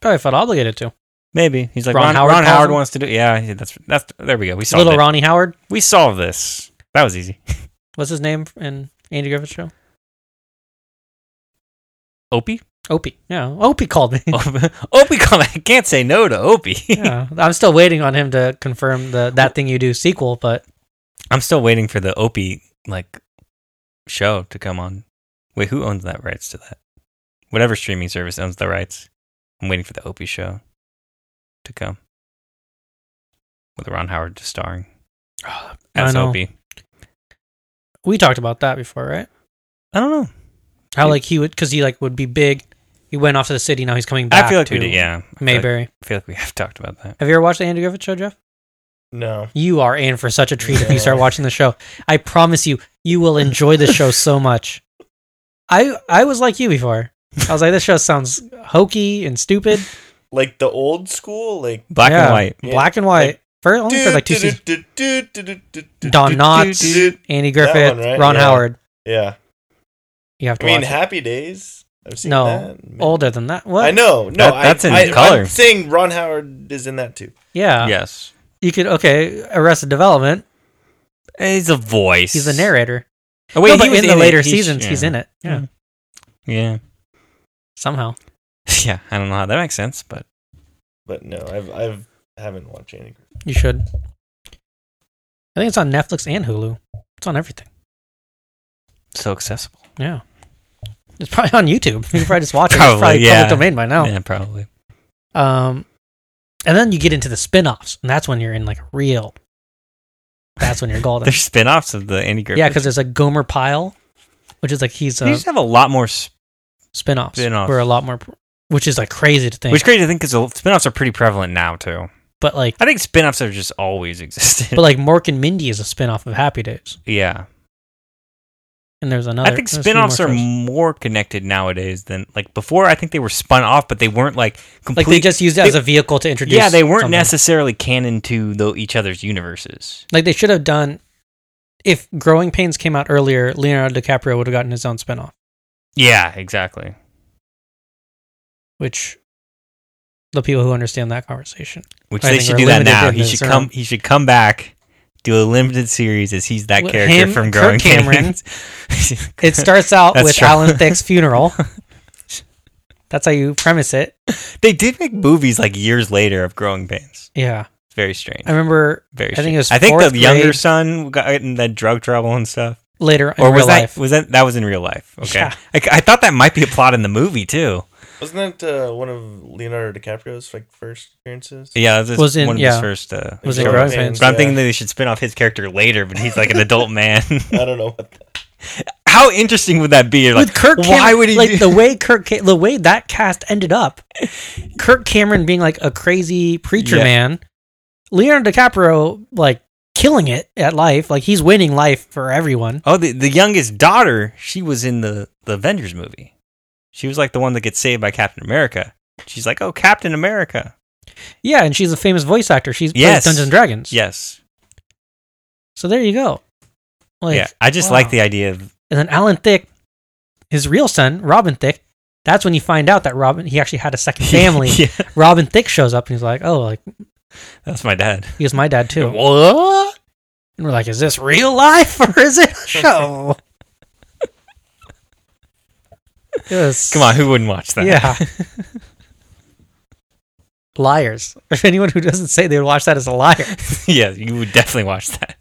[SPEAKER 2] Probably felt obligated to.
[SPEAKER 3] Maybe he's like
[SPEAKER 2] Ron
[SPEAKER 3] Ron, Ron
[SPEAKER 2] Howard
[SPEAKER 3] Howard,
[SPEAKER 2] calls him?
[SPEAKER 3] wants to do. Yeah, yeah, that's that's there we go. We solved
[SPEAKER 2] Little
[SPEAKER 3] it.
[SPEAKER 2] Ronnie Howard.
[SPEAKER 3] We solved this. That was easy.
[SPEAKER 2] What's his name in Andy Griffith show?
[SPEAKER 3] Opie,
[SPEAKER 2] Opie. Yeah, Opie called me.
[SPEAKER 3] Oh. Opie, come! I can't say no to Opie.
[SPEAKER 2] yeah, I'm still waiting on him to confirm the that thing you do sequel, but
[SPEAKER 3] I'm still waiting for the Opie like show to come on. Wait, who owns that rights to that? Whatever streaming service owns the rights. I'm waiting for the Opie show to come with Ron Howard just starring as
[SPEAKER 2] know.
[SPEAKER 3] Opie.
[SPEAKER 2] we talked about that before, right?
[SPEAKER 3] I don't know.
[SPEAKER 2] How
[SPEAKER 3] Yeah.
[SPEAKER 2] like he would because he like would be big. He went off to the city. Now he's coming back.
[SPEAKER 3] I feel like
[SPEAKER 2] to
[SPEAKER 3] we did. Yeah, I feel like-
[SPEAKER 2] Mayberry.
[SPEAKER 3] I feel like we have talked about that.
[SPEAKER 2] Have you ever watched the Andy Griffith show, Jeff?
[SPEAKER 4] No.
[SPEAKER 2] You are in for such a treat if you
[SPEAKER 4] Yeah.
[SPEAKER 2] start watching the show. I promise you, you will enjoy the show so much. I I was like you before. I was like, this show sounds hokey and stupid.
[SPEAKER 4] Like the old school, like
[SPEAKER 3] Black
[SPEAKER 2] Yeah.
[SPEAKER 3] and white.
[SPEAKER 4] Yeah.
[SPEAKER 2] Black and white.
[SPEAKER 4] Like-
[SPEAKER 2] for only for like two seasons. Don Knotts,
[SPEAKER 4] do-
[SPEAKER 2] Andy Griffith,
[SPEAKER 4] one, right?
[SPEAKER 2] Ron
[SPEAKER 4] Yeah.
[SPEAKER 2] Howard.
[SPEAKER 4] Yeah.
[SPEAKER 2] You have
[SPEAKER 4] I
[SPEAKER 2] to
[SPEAKER 4] mean,
[SPEAKER 2] watch. it.
[SPEAKER 4] Happy Days. I've seen
[SPEAKER 2] No.
[SPEAKER 4] that.
[SPEAKER 2] Older than that. What?
[SPEAKER 4] I know. No,
[SPEAKER 3] That- that's
[SPEAKER 4] I,
[SPEAKER 3] in
[SPEAKER 4] I,
[SPEAKER 3] color.
[SPEAKER 4] I'm saying Ron Howard is in that too.
[SPEAKER 2] Yeah.
[SPEAKER 3] Yes,
[SPEAKER 2] You could okay. Arrested Development.
[SPEAKER 3] he's a voice.
[SPEAKER 2] He's the narrator.
[SPEAKER 3] Oh, wait,
[SPEAKER 2] No, but
[SPEAKER 3] he was
[SPEAKER 2] in the
[SPEAKER 3] it.
[SPEAKER 2] later
[SPEAKER 3] He's-
[SPEAKER 2] seasons, he's
[SPEAKER 3] yeah.
[SPEAKER 2] in it. Yeah.
[SPEAKER 3] Mm. Yeah,
[SPEAKER 2] Somehow.
[SPEAKER 3] yeah. I don't know how that makes sense, but
[SPEAKER 4] But no, I've I've haven't watched any.
[SPEAKER 2] You should. I think it's on Netflix and Hulu. It's on everything.
[SPEAKER 3] so accessible.
[SPEAKER 2] Yeah. It's probably on YouTube. You can probably just watch it. it's
[SPEAKER 3] Probably,
[SPEAKER 2] probably
[SPEAKER 3] yeah.
[SPEAKER 2] public domain by now.
[SPEAKER 3] Yeah, probably.
[SPEAKER 2] Um, and then you get into the spin-offs, and that's when you're in like real. That's when you're golden.
[SPEAKER 3] There's spin-offs of the Andy Griffith.
[SPEAKER 2] yeah, because there's a Gomer Pyle, which is like he's
[SPEAKER 3] they
[SPEAKER 2] uh,
[SPEAKER 3] just have a lot more. Sp-
[SPEAKER 2] spin-offs,
[SPEAKER 3] Spin-offs.
[SPEAKER 2] where a lot more, which is like crazy to think.
[SPEAKER 3] which is crazy to think because spin-offs are pretty prevalent now too.
[SPEAKER 2] but like,
[SPEAKER 3] I think spin-offs have just always existed.
[SPEAKER 2] but like Mork and Mindy is a spin-off of Happy Days,
[SPEAKER 3] yeah,
[SPEAKER 2] and there's another.
[SPEAKER 3] I think
[SPEAKER 2] there's a few
[SPEAKER 3] spin-offs
[SPEAKER 2] more
[SPEAKER 3] are
[SPEAKER 2] shows.
[SPEAKER 3] more connected nowadays than like before. I think they were spun off, but they weren't like complete.
[SPEAKER 2] like they just used it as
[SPEAKER 3] they-
[SPEAKER 2] a vehicle to introduce.
[SPEAKER 3] yeah, they weren't
[SPEAKER 2] something.
[SPEAKER 3] necessarily canon to the, each other's universes.
[SPEAKER 2] Like they should have done. If Growing Pains came out earlier, Leonardo DiCaprio would have gotten his own spin-off,
[SPEAKER 3] Yeah, exactly.
[SPEAKER 2] which the people who understand that conversation.
[SPEAKER 3] Which
[SPEAKER 2] I
[SPEAKER 3] they
[SPEAKER 2] think
[SPEAKER 3] should
[SPEAKER 2] we're
[SPEAKER 3] do that
[SPEAKER 2] limited
[SPEAKER 3] now.
[SPEAKER 2] in
[SPEAKER 3] He
[SPEAKER 2] this,
[SPEAKER 3] should
[SPEAKER 2] or-
[SPEAKER 3] come. He should come back. Do a limited series as he's that
[SPEAKER 2] With
[SPEAKER 3] character
[SPEAKER 2] him,
[SPEAKER 3] from
[SPEAKER 2] Kirk
[SPEAKER 3] Growing
[SPEAKER 2] Cameron.
[SPEAKER 3] Pains.
[SPEAKER 2] It starts out
[SPEAKER 3] That's
[SPEAKER 2] with
[SPEAKER 3] true.
[SPEAKER 2] Alan Thicke's funeral. That's how you premise it.
[SPEAKER 3] they did make movies like years later of Growing Pains.
[SPEAKER 2] Yeah,
[SPEAKER 3] It's very strange.
[SPEAKER 2] I remember
[SPEAKER 3] Very.
[SPEAKER 2] I think it was
[SPEAKER 3] strange. I think the
[SPEAKER 2] fourth
[SPEAKER 3] younger
[SPEAKER 2] grade.
[SPEAKER 3] son got in that drug trouble and stuff.
[SPEAKER 2] later in
[SPEAKER 3] or was
[SPEAKER 2] real
[SPEAKER 3] that
[SPEAKER 2] life.
[SPEAKER 3] was that that was in real life? Okay,
[SPEAKER 2] Yeah.
[SPEAKER 3] I, I thought that might be a plot in the movie too.
[SPEAKER 4] Wasn't that uh, one of Leonardo DiCaprio's like first appearances?
[SPEAKER 3] Yeah, that was,
[SPEAKER 2] Was in-
[SPEAKER 3] one of
[SPEAKER 2] yeah.
[SPEAKER 3] his first. Uh,
[SPEAKER 2] Was it
[SPEAKER 4] Growing
[SPEAKER 2] Growing
[SPEAKER 4] Pains,
[SPEAKER 2] Pains?
[SPEAKER 3] but I'm
[SPEAKER 4] yeah.
[SPEAKER 3] thinking that they should spin off his character later, but he's like an adult man.
[SPEAKER 4] I don't know what. The,
[SPEAKER 3] How interesting would that be? You're like,
[SPEAKER 2] with Kirk Cameron,
[SPEAKER 3] why would he?
[SPEAKER 2] like
[SPEAKER 3] do-
[SPEAKER 2] the way Kirk, Ca- the way that cast ended up, Kirk Cameron being like a crazy preacher
[SPEAKER 3] Yeah.
[SPEAKER 2] man, Leonardo DiCaprio like killing it at life, like he's winning life for everyone.
[SPEAKER 3] oh, the, the youngest daughter, she was in the the Avengers movie. She was like the one that gets saved by Captain America. She's like, oh, Captain America.
[SPEAKER 2] Yeah, and she's a famous voice actor. She's plays
[SPEAKER 3] Yes.
[SPEAKER 2] Dungeons and Dragons.
[SPEAKER 3] Yes,
[SPEAKER 2] So there you go. Like,
[SPEAKER 3] yeah. I just
[SPEAKER 2] wow.
[SPEAKER 3] like the idea of
[SPEAKER 2] and then Alan Thicke, his real son Robin Thicke. That's when you find out that Robin he actually had a second family.
[SPEAKER 3] yeah,
[SPEAKER 2] Robin Thicke shows up and he's like, "Oh, like
[SPEAKER 3] that's my dad.
[SPEAKER 2] he was my dad too."
[SPEAKER 3] What?
[SPEAKER 2] And we're like, is this real life or is it a show? yes.
[SPEAKER 3] Come on, who wouldn't watch that?
[SPEAKER 2] Yeah. Liars. If anyone who doesn't say they would watch that is a liar.
[SPEAKER 3] yeah, you would definitely watch that.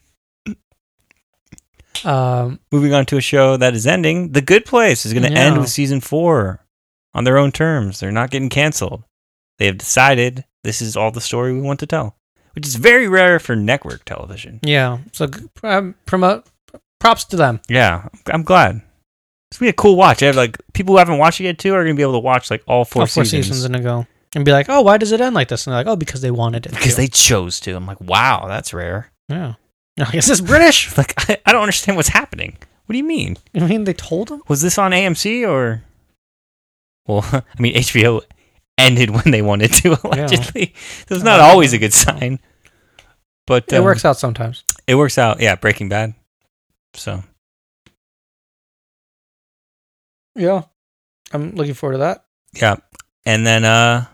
[SPEAKER 2] Um,
[SPEAKER 3] Moving on to a show that is ending, The Good Place is going to
[SPEAKER 2] Yeah.
[SPEAKER 3] end with season four on their own terms. They're not getting canceled. They have decided this is all the story we want to tell, which is very rare for network television.
[SPEAKER 2] yeah. So um, promote props to them.
[SPEAKER 3] Yeah, I'm- I'm glad. It's gonna be a cool watch. I have like people who haven't watched it yet too are gonna be able to watch like all four,
[SPEAKER 2] Four, four
[SPEAKER 3] seasons,
[SPEAKER 2] seasons. in a go. And be like, oh, why does it end like this? And they're like, oh, because they wanted it.
[SPEAKER 3] because
[SPEAKER 2] to.
[SPEAKER 3] they chose to. I'm like, wow, that's rare.
[SPEAKER 2] Yeah. No, is this British?
[SPEAKER 3] Like, I, I don't understand what's happening. What do you mean?
[SPEAKER 2] I mean, they told them?
[SPEAKER 3] was this on AMC or? Well, I mean HBO ended when they wanted to allegedly. So it's not
[SPEAKER 2] Uh,
[SPEAKER 3] always a good sign, but
[SPEAKER 2] it
[SPEAKER 3] um,
[SPEAKER 2] works out sometimes.
[SPEAKER 3] It works out. Yeah, Breaking Bad. So
[SPEAKER 2] Yeah. I'm looking forward to that.
[SPEAKER 3] yeah, and then uh,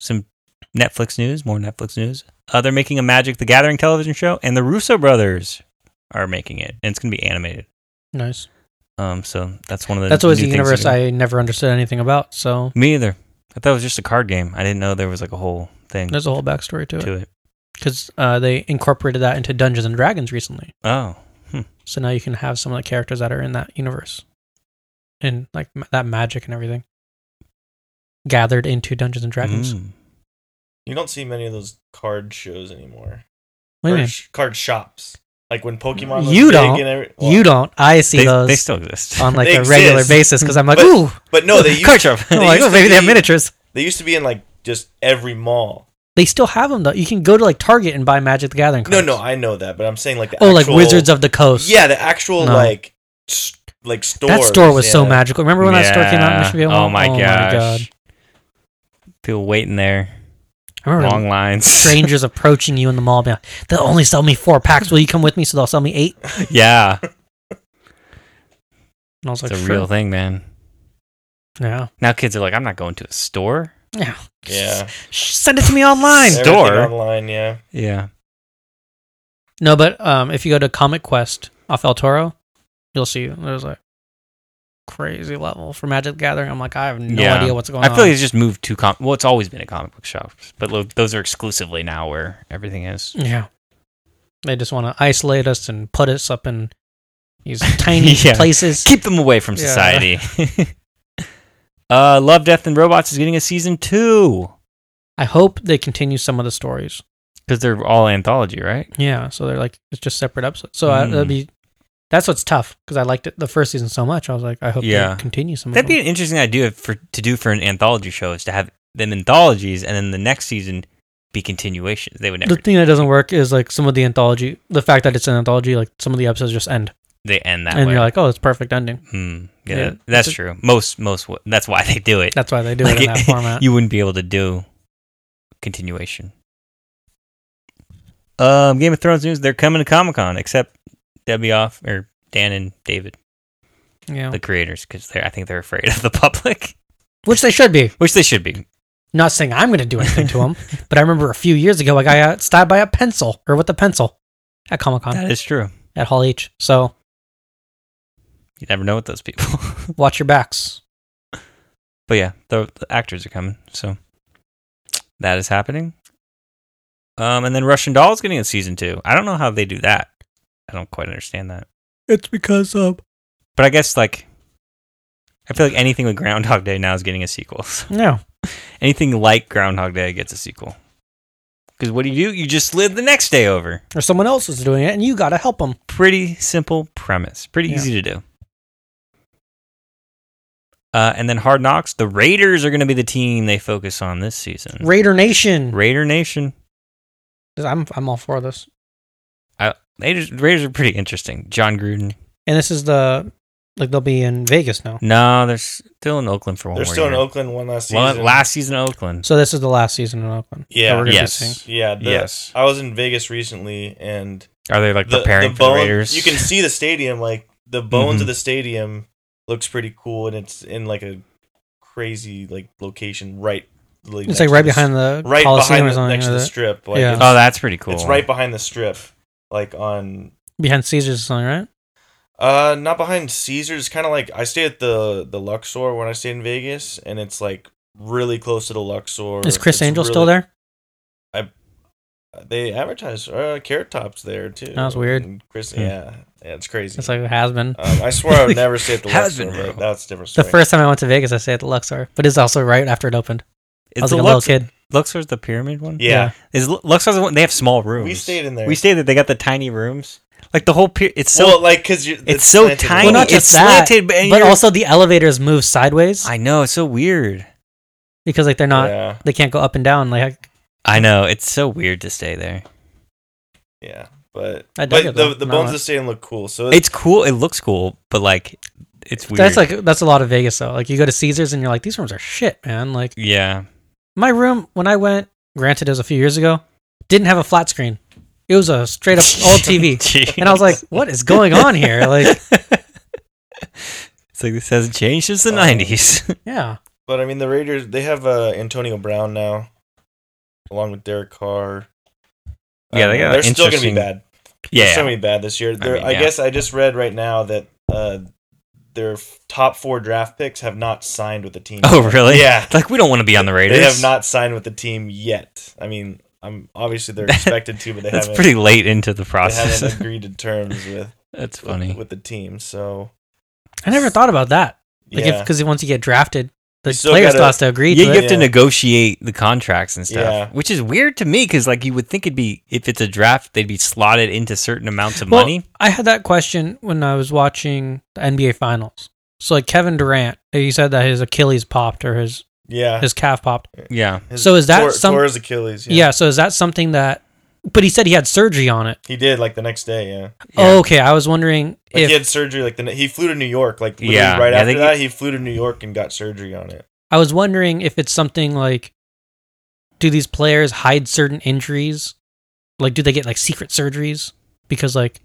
[SPEAKER 3] some Netflix news, more Netflix news. Uh, they're making a Magic the Gathering television show, and the Russo brothers are making it, and it's going to be animated.
[SPEAKER 2] Nice.
[SPEAKER 3] Um, so that's one of the
[SPEAKER 2] That's always a
[SPEAKER 3] new things they're
[SPEAKER 2] universe
[SPEAKER 3] doing.
[SPEAKER 2] I never understood anything about. So
[SPEAKER 3] Me either. I thought it was just a card game. I didn't know there was like a whole thing
[SPEAKER 2] there's a whole backstory to it
[SPEAKER 3] to it.
[SPEAKER 2] because uh, they incorporated that into Dungeons and Dragons recently.
[SPEAKER 3] Oh,
[SPEAKER 2] So now you can have some of the characters that are in that universe, and like ma- that magic and everything gathered into Dungeons and Dragons.
[SPEAKER 3] Mm.
[SPEAKER 4] You don't see many of those card shows anymore.
[SPEAKER 2] What do you
[SPEAKER 4] Or
[SPEAKER 2] mean?
[SPEAKER 4] sh- card shops, like when Pokemon. Was
[SPEAKER 2] You
[SPEAKER 4] big
[SPEAKER 2] don't.
[SPEAKER 4] And every-
[SPEAKER 2] You don't. I see
[SPEAKER 3] They,
[SPEAKER 2] those
[SPEAKER 3] they still exist.
[SPEAKER 2] on like
[SPEAKER 4] They
[SPEAKER 2] a regular
[SPEAKER 4] exist.
[SPEAKER 2] basis because I'm like,
[SPEAKER 4] But-
[SPEAKER 2] ooh,
[SPEAKER 4] But no, they
[SPEAKER 2] card
[SPEAKER 4] used,
[SPEAKER 2] shop.
[SPEAKER 4] they
[SPEAKER 2] I'm like,
[SPEAKER 4] used
[SPEAKER 2] oh,
[SPEAKER 4] to
[SPEAKER 2] maybe they have
[SPEAKER 4] be-
[SPEAKER 2] miniatures.
[SPEAKER 4] they used to be in like just every mall.
[SPEAKER 2] They still have them though. You can go to like Target and buy Magic the Gathering
[SPEAKER 4] No,
[SPEAKER 2] cards.
[SPEAKER 4] no, I know that, but I'm saying like the
[SPEAKER 2] oh,
[SPEAKER 4] actual,
[SPEAKER 2] like Wizards of the Coast.
[SPEAKER 4] yeah, the actual
[SPEAKER 2] No.
[SPEAKER 4] like s- like store.
[SPEAKER 2] that store was so
[SPEAKER 4] yeah.
[SPEAKER 2] magical. Remember when that store came out in
[SPEAKER 3] Yeah.
[SPEAKER 2] Michigan?
[SPEAKER 3] Oh my gosh. People waiting there.
[SPEAKER 2] I remember
[SPEAKER 3] Long lines.
[SPEAKER 2] strangers approaching you in the mall. Being like, They'll only sell me four packs. Will you come with me? So they'll sell me eight.
[SPEAKER 3] yeah.
[SPEAKER 2] And I was
[SPEAKER 3] It's
[SPEAKER 2] like,
[SPEAKER 3] a
[SPEAKER 2] sure.
[SPEAKER 3] real thing, man.
[SPEAKER 2] Yeah.
[SPEAKER 3] Now kids are like, I'm not going to a store.
[SPEAKER 2] Yeah.
[SPEAKER 4] Yeah,
[SPEAKER 2] Sh- Send it to me online.
[SPEAKER 3] Every-
[SPEAKER 4] Everything
[SPEAKER 3] Store?
[SPEAKER 4] online. Yeah,
[SPEAKER 3] Yeah.
[SPEAKER 2] No, but um, if you go to Comic Quest off El Toro, you'll see there's a crazy level for Magic the Gathering. I'm like, I have no
[SPEAKER 3] Yeah.
[SPEAKER 2] idea what's going
[SPEAKER 3] I
[SPEAKER 2] on.
[SPEAKER 3] feel like it's just moved to com. Well, it's always been a comic book shop, but lo- those are exclusively now where everything is.
[SPEAKER 2] yeah. They just want to isolate us and put us up in these tiny
[SPEAKER 3] Yeah.
[SPEAKER 2] places.
[SPEAKER 3] Keep them away from
[SPEAKER 2] Yeah.
[SPEAKER 3] society. uh, Love, Death, and Robots is getting a season two
[SPEAKER 2] I hope they continue some of the stories.
[SPEAKER 3] because they're all anthology, right?
[SPEAKER 2] Yeah, so they're like it's just separate episodes. So I,
[SPEAKER 3] Mm.
[SPEAKER 2] that'd be that's what's tough because I liked it the first season so much. I was like, I hope
[SPEAKER 3] Yeah.
[SPEAKER 2] they continue some.
[SPEAKER 3] That'd
[SPEAKER 2] of
[SPEAKER 3] be
[SPEAKER 2] them.
[SPEAKER 3] an interesting idea for to do for an anthology show is to have them anthologies and then the next season be continuations. They would never.
[SPEAKER 2] the thing that doesn't work is like some of the anthology, the fact that it's an anthology, like some of the episodes just end,
[SPEAKER 3] they end that
[SPEAKER 2] and
[SPEAKER 3] way.
[SPEAKER 2] you're like, oh, it's perfect ending.
[SPEAKER 3] Hmm. yeah,
[SPEAKER 2] Yeah,
[SPEAKER 3] that- that's
[SPEAKER 2] it's a-
[SPEAKER 3] true. Most most w- that's why they do it.
[SPEAKER 2] That's why they do
[SPEAKER 3] Like
[SPEAKER 2] it in
[SPEAKER 3] it-
[SPEAKER 2] that format.
[SPEAKER 3] You wouldn't be able to do continuation. Um, Game of Thrones news: They're coming to Comic Con, except Debbie off or Dan and David,
[SPEAKER 2] yeah,
[SPEAKER 3] the creators, because I think they're afraid of the public,
[SPEAKER 2] which they should be.
[SPEAKER 3] which they should be.
[SPEAKER 2] Not saying I'm going to do anything to them, but I remember a few years ago, like I got stabbed by a pencil or with a pencil at Comic Con
[SPEAKER 3] That is true.
[SPEAKER 2] at Hall H. So
[SPEAKER 3] You never know with those people.
[SPEAKER 2] watch your backs.
[SPEAKER 3] but yeah, the, the actors are coming, so that is happening. Um, and then Russian Doll is getting a season two. I don't know how they do that. I don't quite understand that.
[SPEAKER 2] It's because um,
[SPEAKER 3] But I guess like I feel like anything with Groundhog Day now is getting a sequel.
[SPEAKER 2] no,
[SPEAKER 3] anything like Groundhog Day gets a sequel. Because what do you do? You just live the next day over.
[SPEAKER 2] or someone else is doing it, and you got to help them.
[SPEAKER 3] Pretty simple premise. Pretty
[SPEAKER 2] Yeah.
[SPEAKER 3] easy to do. Uh, and then Hard Knocks. The Raiders are going to be the team they focus on this season.
[SPEAKER 2] Raider Nation.
[SPEAKER 3] Raider Nation.
[SPEAKER 2] I'm I'm all for this.
[SPEAKER 3] I, Raiders, Raiders are pretty interesting. John Gruden.
[SPEAKER 2] And this is the like they'll be in Vegas now.
[SPEAKER 3] No, they're still in Oakland for one
[SPEAKER 4] they're
[SPEAKER 3] more
[SPEAKER 4] still in
[SPEAKER 3] year.
[SPEAKER 4] Oakland. One last
[SPEAKER 3] Well,
[SPEAKER 4] season.
[SPEAKER 3] last season in Oakland.
[SPEAKER 2] So this is the last season in Oakland. that
[SPEAKER 4] Yeah.
[SPEAKER 2] we're gonna be
[SPEAKER 3] Yes.
[SPEAKER 2] seeing.
[SPEAKER 4] yeah, the-
[SPEAKER 3] yes.
[SPEAKER 4] I was in Vegas recently, and
[SPEAKER 3] Are they like
[SPEAKER 4] the,
[SPEAKER 3] preparing
[SPEAKER 4] the
[SPEAKER 3] for
[SPEAKER 4] bone-
[SPEAKER 3] the Raiders?
[SPEAKER 4] You can see the stadium, like the bones
[SPEAKER 3] Mhm.
[SPEAKER 4] of the stadium looks pretty cool, and it's in like a crazy like location right.
[SPEAKER 2] It's like right behind the
[SPEAKER 4] right
[SPEAKER 2] Coliseum
[SPEAKER 4] behind
[SPEAKER 2] or
[SPEAKER 4] the,
[SPEAKER 2] something.
[SPEAKER 4] next to
[SPEAKER 2] or
[SPEAKER 4] the
[SPEAKER 2] the-
[SPEAKER 4] strip. Like
[SPEAKER 2] Yeah.
[SPEAKER 4] it's,
[SPEAKER 3] Oh, that's pretty cool.
[SPEAKER 4] it's right behind the strip, like on
[SPEAKER 2] behind Caesar's or something, right?
[SPEAKER 4] uh not behind Caesars. Kind of like I stay at the the Luxor when I stay in Vegas, and it's like really close to the Luxor.
[SPEAKER 2] Is Chris
[SPEAKER 4] It's
[SPEAKER 2] Angel
[SPEAKER 4] really-
[SPEAKER 2] still there?
[SPEAKER 4] They advertise uh, Carrot Tops there too.
[SPEAKER 2] That was weird.
[SPEAKER 4] And Chris,
[SPEAKER 3] Hmm.
[SPEAKER 4] yeah, yeah, it's crazy.
[SPEAKER 2] It's like it has been.
[SPEAKER 4] Um, I swear I would never stay at the
[SPEAKER 3] Has
[SPEAKER 4] Luxor,
[SPEAKER 3] been real.
[SPEAKER 4] but that's a different
[SPEAKER 2] the
[SPEAKER 4] story.
[SPEAKER 2] first time I went to Vegas, I stayed at the Luxor, but it's also right after it opened.
[SPEAKER 3] It's
[SPEAKER 2] I was
[SPEAKER 3] the
[SPEAKER 2] like a little
[SPEAKER 3] Lux-
[SPEAKER 2] kid.
[SPEAKER 3] Luxor's the pyramid one.
[SPEAKER 4] yeah,
[SPEAKER 3] Is Lu- Luxor's the one? They have small rooms.
[SPEAKER 4] we stayed in there.
[SPEAKER 3] We stayed there. They got the tiny rooms. Like the whole. Pe- it's so.
[SPEAKER 4] well, like because it's,
[SPEAKER 3] it's, so
[SPEAKER 4] slanted.
[SPEAKER 3] tiny.
[SPEAKER 2] Well, not just
[SPEAKER 3] it's
[SPEAKER 2] that,
[SPEAKER 3] slanted, but, and
[SPEAKER 2] But
[SPEAKER 3] you're-
[SPEAKER 2] also the elevators move sideways
[SPEAKER 3] I know it's so weird.
[SPEAKER 2] because like they're not
[SPEAKER 4] Yeah,
[SPEAKER 2] they can't go up and down. Like
[SPEAKER 3] I know it's so weird to stay there.
[SPEAKER 4] yeah, but
[SPEAKER 2] I dug
[SPEAKER 4] but
[SPEAKER 2] it, though.
[SPEAKER 4] the, the
[SPEAKER 2] No,
[SPEAKER 4] bones
[SPEAKER 2] I-
[SPEAKER 4] of the stadium look cool. So
[SPEAKER 3] It's cool. It looks cool, but like it's weird.
[SPEAKER 2] that's like that's a lot of Vegas though. Like you go to Caesar's and you're like, these rooms are shit, man. Like
[SPEAKER 3] yeah.
[SPEAKER 2] My room, when I went, granted it was a few years ago, didn't have a flat screen. It was a straight up old TV. And I was like, what is going on here? Like,
[SPEAKER 3] it's like this hasn't changed since the
[SPEAKER 4] Um,
[SPEAKER 3] nineties.
[SPEAKER 2] yeah.
[SPEAKER 4] but I mean the Raiders they have uh, Antonio Brown now. along with Derek Carr.
[SPEAKER 3] Yeah, they got
[SPEAKER 4] are still gonna be
[SPEAKER 3] interesting-
[SPEAKER 4] bad. They're
[SPEAKER 3] Yeah,
[SPEAKER 4] still gonna be bad this year. They're- I,
[SPEAKER 3] mean, yeah.
[SPEAKER 4] guess I just read right now that uh, their f- top four draft picks have not signed with the team.
[SPEAKER 3] Oh, really?
[SPEAKER 4] Yeah.
[SPEAKER 3] Like we don't want to be on the Raiders.
[SPEAKER 4] They have not signed with the team yet. I mean, I'm obviously they're expected to, but they
[SPEAKER 3] That's
[SPEAKER 4] haven't.
[SPEAKER 3] pretty late into the
[SPEAKER 4] they
[SPEAKER 3] process.
[SPEAKER 4] haven't agreed to terms with
[SPEAKER 3] That's
[SPEAKER 4] with-
[SPEAKER 3] funny.
[SPEAKER 4] with, the team. So
[SPEAKER 2] I never thought about that. Like,
[SPEAKER 4] yeah,
[SPEAKER 2] because once you get drafted, the
[SPEAKER 4] You still
[SPEAKER 2] player
[SPEAKER 4] gotta-
[SPEAKER 2] still has to agree
[SPEAKER 3] Yeah, you
[SPEAKER 2] to
[SPEAKER 3] have
[SPEAKER 2] it.
[SPEAKER 4] get-
[SPEAKER 3] to
[SPEAKER 4] Yeah.
[SPEAKER 3] negotiate the contracts and stuff,
[SPEAKER 4] Yeah.
[SPEAKER 3] which is weird to me because like you would think it'd be if it's a draft, they'd be slotted into certain amounts of
[SPEAKER 2] Well,
[SPEAKER 3] money.
[SPEAKER 2] I had that question when I was watching the NBA Finals. So, like Kevin Durant, he said that his Achilles popped or his,
[SPEAKER 4] yeah.
[SPEAKER 2] his calf popped.
[SPEAKER 3] Yeah,
[SPEAKER 2] so is that
[SPEAKER 4] tore,
[SPEAKER 2] some-
[SPEAKER 4] tore his Achilles?
[SPEAKER 2] Yeah. so is that something that. But he said he had surgery on it.
[SPEAKER 4] He did like the next day. Yeah, like
[SPEAKER 2] Oh, okay. I was wondering if.
[SPEAKER 4] he had surgery. Like the ne- he flew to New York. Like literally
[SPEAKER 3] Yeah,
[SPEAKER 4] right
[SPEAKER 3] yeah,
[SPEAKER 4] after
[SPEAKER 3] they-
[SPEAKER 4] that, he flew to New York and got surgery on it.
[SPEAKER 2] I was wondering if it's something like do these players hide certain injuries? Like do they get like secret surgeries? Because like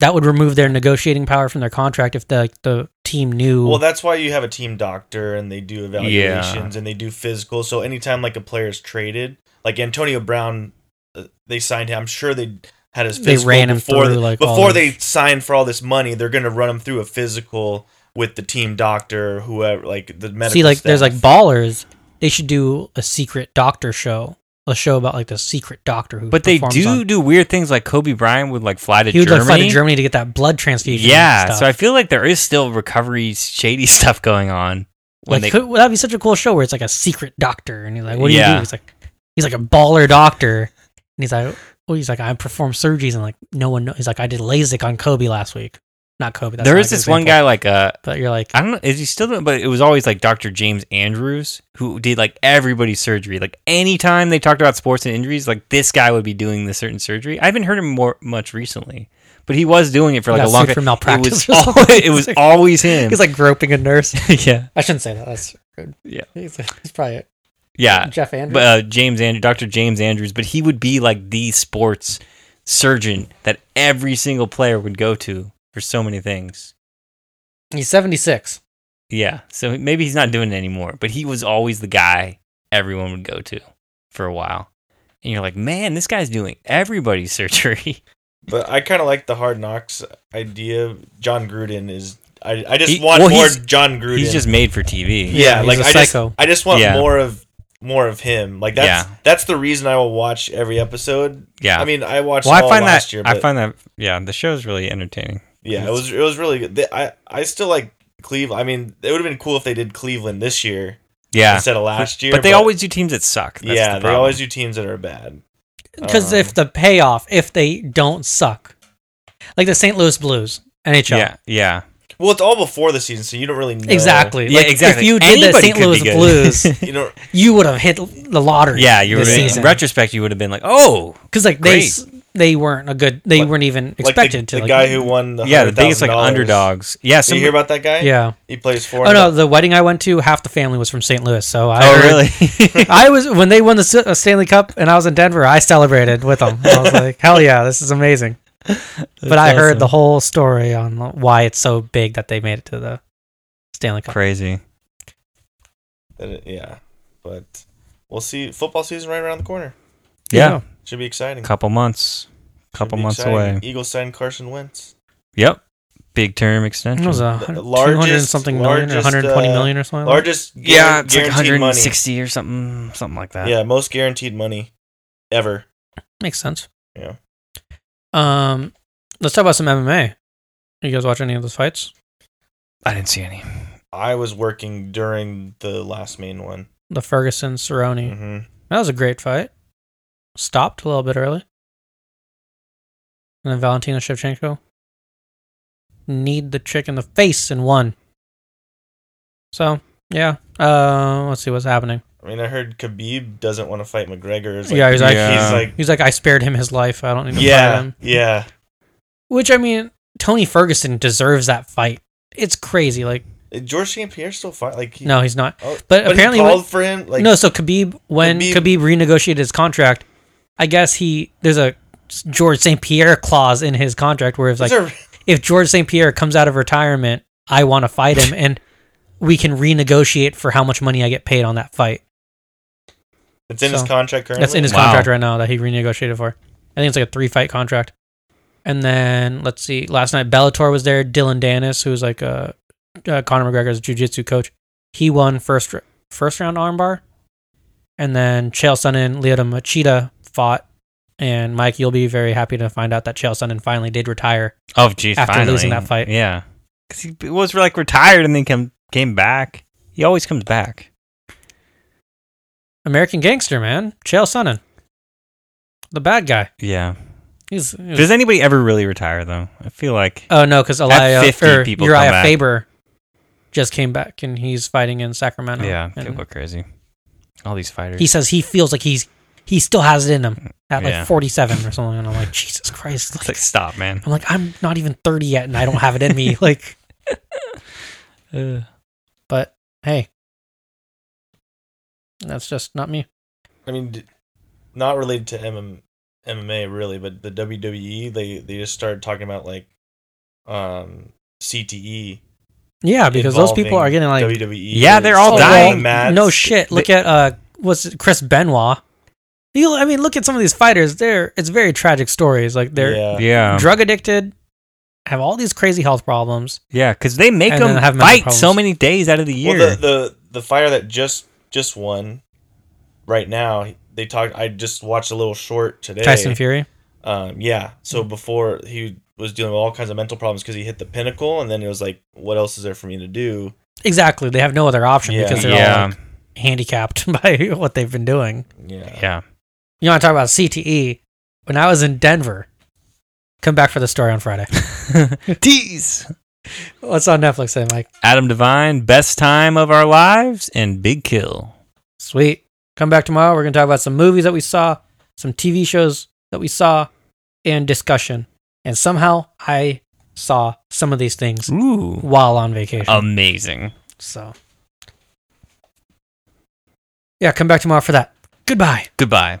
[SPEAKER 2] that would remove their negotiating power from their contract if the like, the team knew
[SPEAKER 4] Well, that's why you have a team doctor and they do evaluations and they do physical. So anytime like a player is traded, like Antonio Brown, uh, they signed him. I'm sure they had his
[SPEAKER 2] They
[SPEAKER 4] physical
[SPEAKER 2] ran him
[SPEAKER 4] before
[SPEAKER 2] through,
[SPEAKER 4] the-
[SPEAKER 2] like, all
[SPEAKER 4] before
[SPEAKER 2] the-
[SPEAKER 4] they signed for all this money. They're gonna run him through a physical with the team doctor, whoever, like the medical.
[SPEAKER 2] see like there's
[SPEAKER 4] staff.
[SPEAKER 2] like ballers, they should do a secret doctor show. A show about like the secret doctor who
[SPEAKER 3] but they
[SPEAKER 2] performs
[SPEAKER 3] do
[SPEAKER 2] on-
[SPEAKER 3] do weird things like Kobe Bryant would like fly to
[SPEAKER 2] he would
[SPEAKER 3] Germany.
[SPEAKER 2] like fly to Germany to get that blood transfusion.
[SPEAKER 3] Yeah,
[SPEAKER 2] and
[SPEAKER 3] so I
[SPEAKER 2] stuff.
[SPEAKER 3] feel like there is still recovery shady stuff going on when
[SPEAKER 2] like
[SPEAKER 3] they.
[SPEAKER 2] could- that'd be such a cool show where it's like a secret doctor and you're like, what do you
[SPEAKER 3] Yeah.
[SPEAKER 2] do? He's like, he's like a baller doctor, and he's like, well, he's like, I perform surgeries and like no one knows. He's like, I did LASIK on Kobe last week, not Kobe. That's
[SPEAKER 3] There
[SPEAKER 2] not
[SPEAKER 3] is
[SPEAKER 2] a good
[SPEAKER 3] this one
[SPEAKER 2] example.
[SPEAKER 3] guy like uh
[SPEAKER 2] but you're like,
[SPEAKER 3] I don't know is he still doing but it was always like Dr. James Andrews who did like everybody's surgery. Like anytime they talked about sports and injuries, like this guy would be doing the certain surgery. I haven't heard him more much recently. But he was doing it for like
[SPEAKER 2] got
[SPEAKER 3] a long
[SPEAKER 2] sued for
[SPEAKER 3] time.
[SPEAKER 2] malpractice
[SPEAKER 3] It was,
[SPEAKER 2] or
[SPEAKER 3] always,
[SPEAKER 2] something.
[SPEAKER 3] it was always him.
[SPEAKER 2] he's like groping a nurse.
[SPEAKER 3] yeah.
[SPEAKER 2] I shouldn't say that. That's rude.
[SPEAKER 3] Yeah.
[SPEAKER 2] he's, he's probably
[SPEAKER 3] Yeah.
[SPEAKER 2] Jeff Andrews.
[SPEAKER 3] but uh, James Andrew, Dr. James Andrews, but he would be like the sports surgeon that every single player would go to for so many things.
[SPEAKER 2] he's 76.
[SPEAKER 3] Yeah, so maybe he's not doing it anymore, but he was always the guy everyone would go to for a while. And you're like, man, this guy's doing everybody's surgery.
[SPEAKER 4] But I kind of like the hard knocks idea. John Gruden is. I, I just
[SPEAKER 3] He-
[SPEAKER 4] want
[SPEAKER 3] well,
[SPEAKER 4] more
[SPEAKER 3] he's-
[SPEAKER 4] John Gruden.
[SPEAKER 3] He's just made for TV.
[SPEAKER 4] yeah,
[SPEAKER 2] he's
[SPEAKER 4] like
[SPEAKER 2] a
[SPEAKER 4] I
[SPEAKER 2] psycho.
[SPEAKER 4] just I just want
[SPEAKER 3] Yeah.
[SPEAKER 4] more of more of him. Like that's
[SPEAKER 3] Yeah.
[SPEAKER 4] that's the reason I will watch every episode.
[SPEAKER 3] Yeah.
[SPEAKER 4] I mean, I watched
[SPEAKER 3] well, I
[SPEAKER 4] all
[SPEAKER 3] find
[SPEAKER 4] last
[SPEAKER 3] that
[SPEAKER 4] year. But
[SPEAKER 3] I find that yeah, the show's really entertaining.
[SPEAKER 4] yeah, it was it was really good. They- I I still like Cleveland. I mean, it would have been cool if they did Cleveland this year
[SPEAKER 3] Yeah.
[SPEAKER 4] instead of last year.
[SPEAKER 3] but they always do teams that suck. That's
[SPEAKER 4] yeah,
[SPEAKER 3] the
[SPEAKER 4] they always do
[SPEAKER 3] problem.
[SPEAKER 4] teams that are bad.
[SPEAKER 2] Because
[SPEAKER 4] Um,
[SPEAKER 2] if the payoff, if they don't suck, like the St. Louis Blues, NHL.
[SPEAKER 3] Yeah, yeah.
[SPEAKER 4] well, it's all before the season, so you don't really know.
[SPEAKER 2] Exactly.
[SPEAKER 3] Yeah,
[SPEAKER 2] Like,
[SPEAKER 3] exactly.
[SPEAKER 2] If you did the
[SPEAKER 3] Anybody
[SPEAKER 2] St.
[SPEAKER 3] could be
[SPEAKER 2] Louis
[SPEAKER 3] good.
[SPEAKER 2] Blues,
[SPEAKER 4] You don't.
[SPEAKER 2] you would have hit the lottery.
[SPEAKER 3] Yeah, you were
[SPEAKER 2] this
[SPEAKER 3] in
[SPEAKER 2] season.
[SPEAKER 3] retrospect you would have been like, "Oh,
[SPEAKER 2] because like they
[SPEAKER 3] Great.
[SPEAKER 2] s- they weren't a good. They
[SPEAKER 4] Like-
[SPEAKER 2] weren't even
[SPEAKER 4] Like
[SPEAKER 2] expected
[SPEAKER 4] the,
[SPEAKER 2] to.
[SPEAKER 4] the
[SPEAKER 2] like,
[SPEAKER 4] guy who won the
[SPEAKER 3] yeah, the biggest like
[SPEAKER 4] $100,000.
[SPEAKER 3] underdogs." Yeah,
[SPEAKER 4] Did
[SPEAKER 3] some,
[SPEAKER 4] you hear about that guy?
[SPEAKER 2] Yeah.
[SPEAKER 4] he plays for.
[SPEAKER 2] Oh no, the wedding I went to, half the family was from St. Louis. So I.
[SPEAKER 3] Oh,
[SPEAKER 2] heard-
[SPEAKER 3] really?
[SPEAKER 2] I was when they won the S- uh, Stanley Cup, and I was in Denver. I celebrated with them. I was like, "Hell yeah, this is amazing!" but I heard the whole story on why it's so big that they made it to the Stanley Cup.
[SPEAKER 3] crazy.
[SPEAKER 4] That- yeah, but we'll see. Football season right around the corner.
[SPEAKER 3] Yeah,
[SPEAKER 4] Should be exciting.
[SPEAKER 3] couple months, couple
[SPEAKER 4] Be
[SPEAKER 3] months
[SPEAKER 4] exciting.
[SPEAKER 3] away.
[SPEAKER 4] Eagles signed Carson Wentz.
[SPEAKER 3] Yep, big term
[SPEAKER 2] It
[SPEAKER 3] extension.
[SPEAKER 2] was a
[SPEAKER 4] The
[SPEAKER 2] hundred-
[SPEAKER 4] largest-
[SPEAKER 2] 200 and something million, or
[SPEAKER 4] largest,
[SPEAKER 2] 120
[SPEAKER 4] uh,
[SPEAKER 2] million or something. like that.
[SPEAKER 4] Largest guar-
[SPEAKER 3] yeah, it's like
[SPEAKER 4] guaranteed money.
[SPEAKER 3] 160 or something, something like that.
[SPEAKER 4] Yeah, most guaranteed money ever.
[SPEAKER 2] Makes sense.
[SPEAKER 4] Yeah.
[SPEAKER 2] Um, let's talk about some MMA. You guys watch any of those fights?
[SPEAKER 3] I didn't see any.
[SPEAKER 4] I was working during the last main one.
[SPEAKER 2] The Ferguson Cerrone.
[SPEAKER 4] hmm
[SPEAKER 2] That was a great fight. Stopped a little bit early. And then Valentina Shevchenko kneed the chick in the face and won. So yeah. Uh, let's see what's happening.
[SPEAKER 4] I mean, I heard Khabib doesn't want to fight McGregor. It's like-
[SPEAKER 2] yeah, he's like
[SPEAKER 3] Yeah.
[SPEAKER 4] he's like,
[SPEAKER 2] he's like I spared him his life. I don't need to fight
[SPEAKER 4] yeah,
[SPEAKER 2] him.
[SPEAKER 4] yeah.
[SPEAKER 2] Which I mean, Tony Ferguson deserves that fight. It's crazy. Like
[SPEAKER 4] Uh, George St. Pierre still fight. Like he,
[SPEAKER 2] no, he's not.
[SPEAKER 4] oh,
[SPEAKER 2] But, apparently,
[SPEAKER 4] he
[SPEAKER 2] when-
[SPEAKER 4] called for him. Like
[SPEAKER 2] no. So Khabib, when
[SPEAKER 4] Khabib-
[SPEAKER 2] Khabib, renegotiated his contract, I guess he there's a George St. Pierre clause in his contract where it's like
[SPEAKER 4] these are-
[SPEAKER 2] if George St. Pierre comes out of retirement, I want to fight him and we can renegotiate for how much money I get paid on that fight.
[SPEAKER 4] It's in his
[SPEAKER 2] So,
[SPEAKER 4] contract currently.
[SPEAKER 2] That's in his
[SPEAKER 3] Wow.
[SPEAKER 2] contract right now that he renegotiated for. I think it's like a three fight contract. And then let's see. Last night Bellator was there. Dylan Dennis, who's like a uh, Conor McGregor's jiu-jitsu coach, he won first r- first round armbar. And then Chael Sonnen, Lyoto Machida fought. And Mike, you'll be very happy to find out that Chael Sonnen finally did retire.
[SPEAKER 3] Oh, geez,
[SPEAKER 2] After
[SPEAKER 3] finally.
[SPEAKER 2] losing that fight.
[SPEAKER 3] yeah, because he was like retired and then come came back. He always comes back.
[SPEAKER 2] American gangster, man, Chael Sonnen, the bad guy.
[SPEAKER 3] Yeah.
[SPEAKER 2] He's, he was-
[SPEAKER 3] Does anybody ever really retire though? I feel like
[SPEAKER 2] oh no, because Uriah
[SPEAKER 3] 50 people come
[SPEAKER 2] Uriah
[SPEAKER 3] back.
[SPEAKER 2] Faber just came back and he's fighting in Sacramento.
[SPEAKER 3] yeah,
[SPEAKER 2] and-
[SPEAKER 3] people go crazy. All these fighters.
[SPEAKER 2] he says he feels like he's he still has it in him at like
[SPEAKER 3] Yeah.
[SPEAKER 2] 47 or something and i'm like jesus christ
[SPEAKER 3] It's
[SPEAKER 2] like,
[SPEAKER 3] like stop, man.
[SPEAKER 2] i'm like i'm not even 30 yet and i don't have it in me like but hey that's just not me
[SPEAKER 4] I mean, d- not related to MM, MMA really, but the WWE they they just started talking about like um CTE.
[SPEAKER 2] yeah because those people
[SPEAKER 4] involving E
[SPEAKER 2] are getting like
[SPEAKER 4] WWE.
[SPEAKER 3] Yeah, they're all
[SPEAKER 2] oh,
[SPEAKER 3] dying.
[SPEAKER 2] well,
[SPEAKER 4] mats.
[SPEAKER 2] no shit look at uh what's it, chris benoit you i mean look at some of these fighters they're it's very tragic stories like they're
[SPEAKER 4] yeah.
[SPEAKER 3] yeah,
[SPEAKER 2] drug addicted have all these crazy health problems
[SPEAKER 3] yeah, because they make
[SPEAKER 2] And
[SPEAKER 3] them
[SPEAKER 2] then have mental
[SPEAKER 3] fight so
[SPEAKER 2] problems.
[SPEAKER 3] many days out of the year.
[SPEAKER 4] Well, the, the the fire that just just won right now. They talked. I just watched a little short today.
[SPEAKER 2] tyson fury Mm.
[SPEAKER 4] Um, yeah. So before he was dealing with all kinds of mental problems because he hit the pinnacle, and then it was like, what else is there for me to do?
[SPEAKER 2] exactly they have no other option
[SPEAKER 4] Yeah.
[SPEAKER 2] because they're all
[SPEAKER 3] yeah,
[SPEAKER 2] like, handicapped by what they've been doing.
[SPEAKER 4] Yeah.
[SPEAKER 3] yeah.
[SPEAKER 2] You want to talk about CTE? When I was in Denver, come back for the story on Friday.
[SPEAKER 3] Tease.
[SPEAKER 2] What's on Netflix then, Mike?
[SPEAKER 3] Adam Devine, best time of our lives, and Big Kill.
[SPEAKER 2] Sweet. Come back tomorrow. We're going to talk about some movies that we saw, some TV shows that we saw, and discussion. And somehow I saw some of these things
[SPEAKER 3] Ooh,
[SPEAKER 2] while on vacation.
[SPEAKER 3] Oh. amazing.
[SPEAKER 2] so, yeah, come back tomorrow for that. Goodbye.
[SPEAKER 3] Goodbye.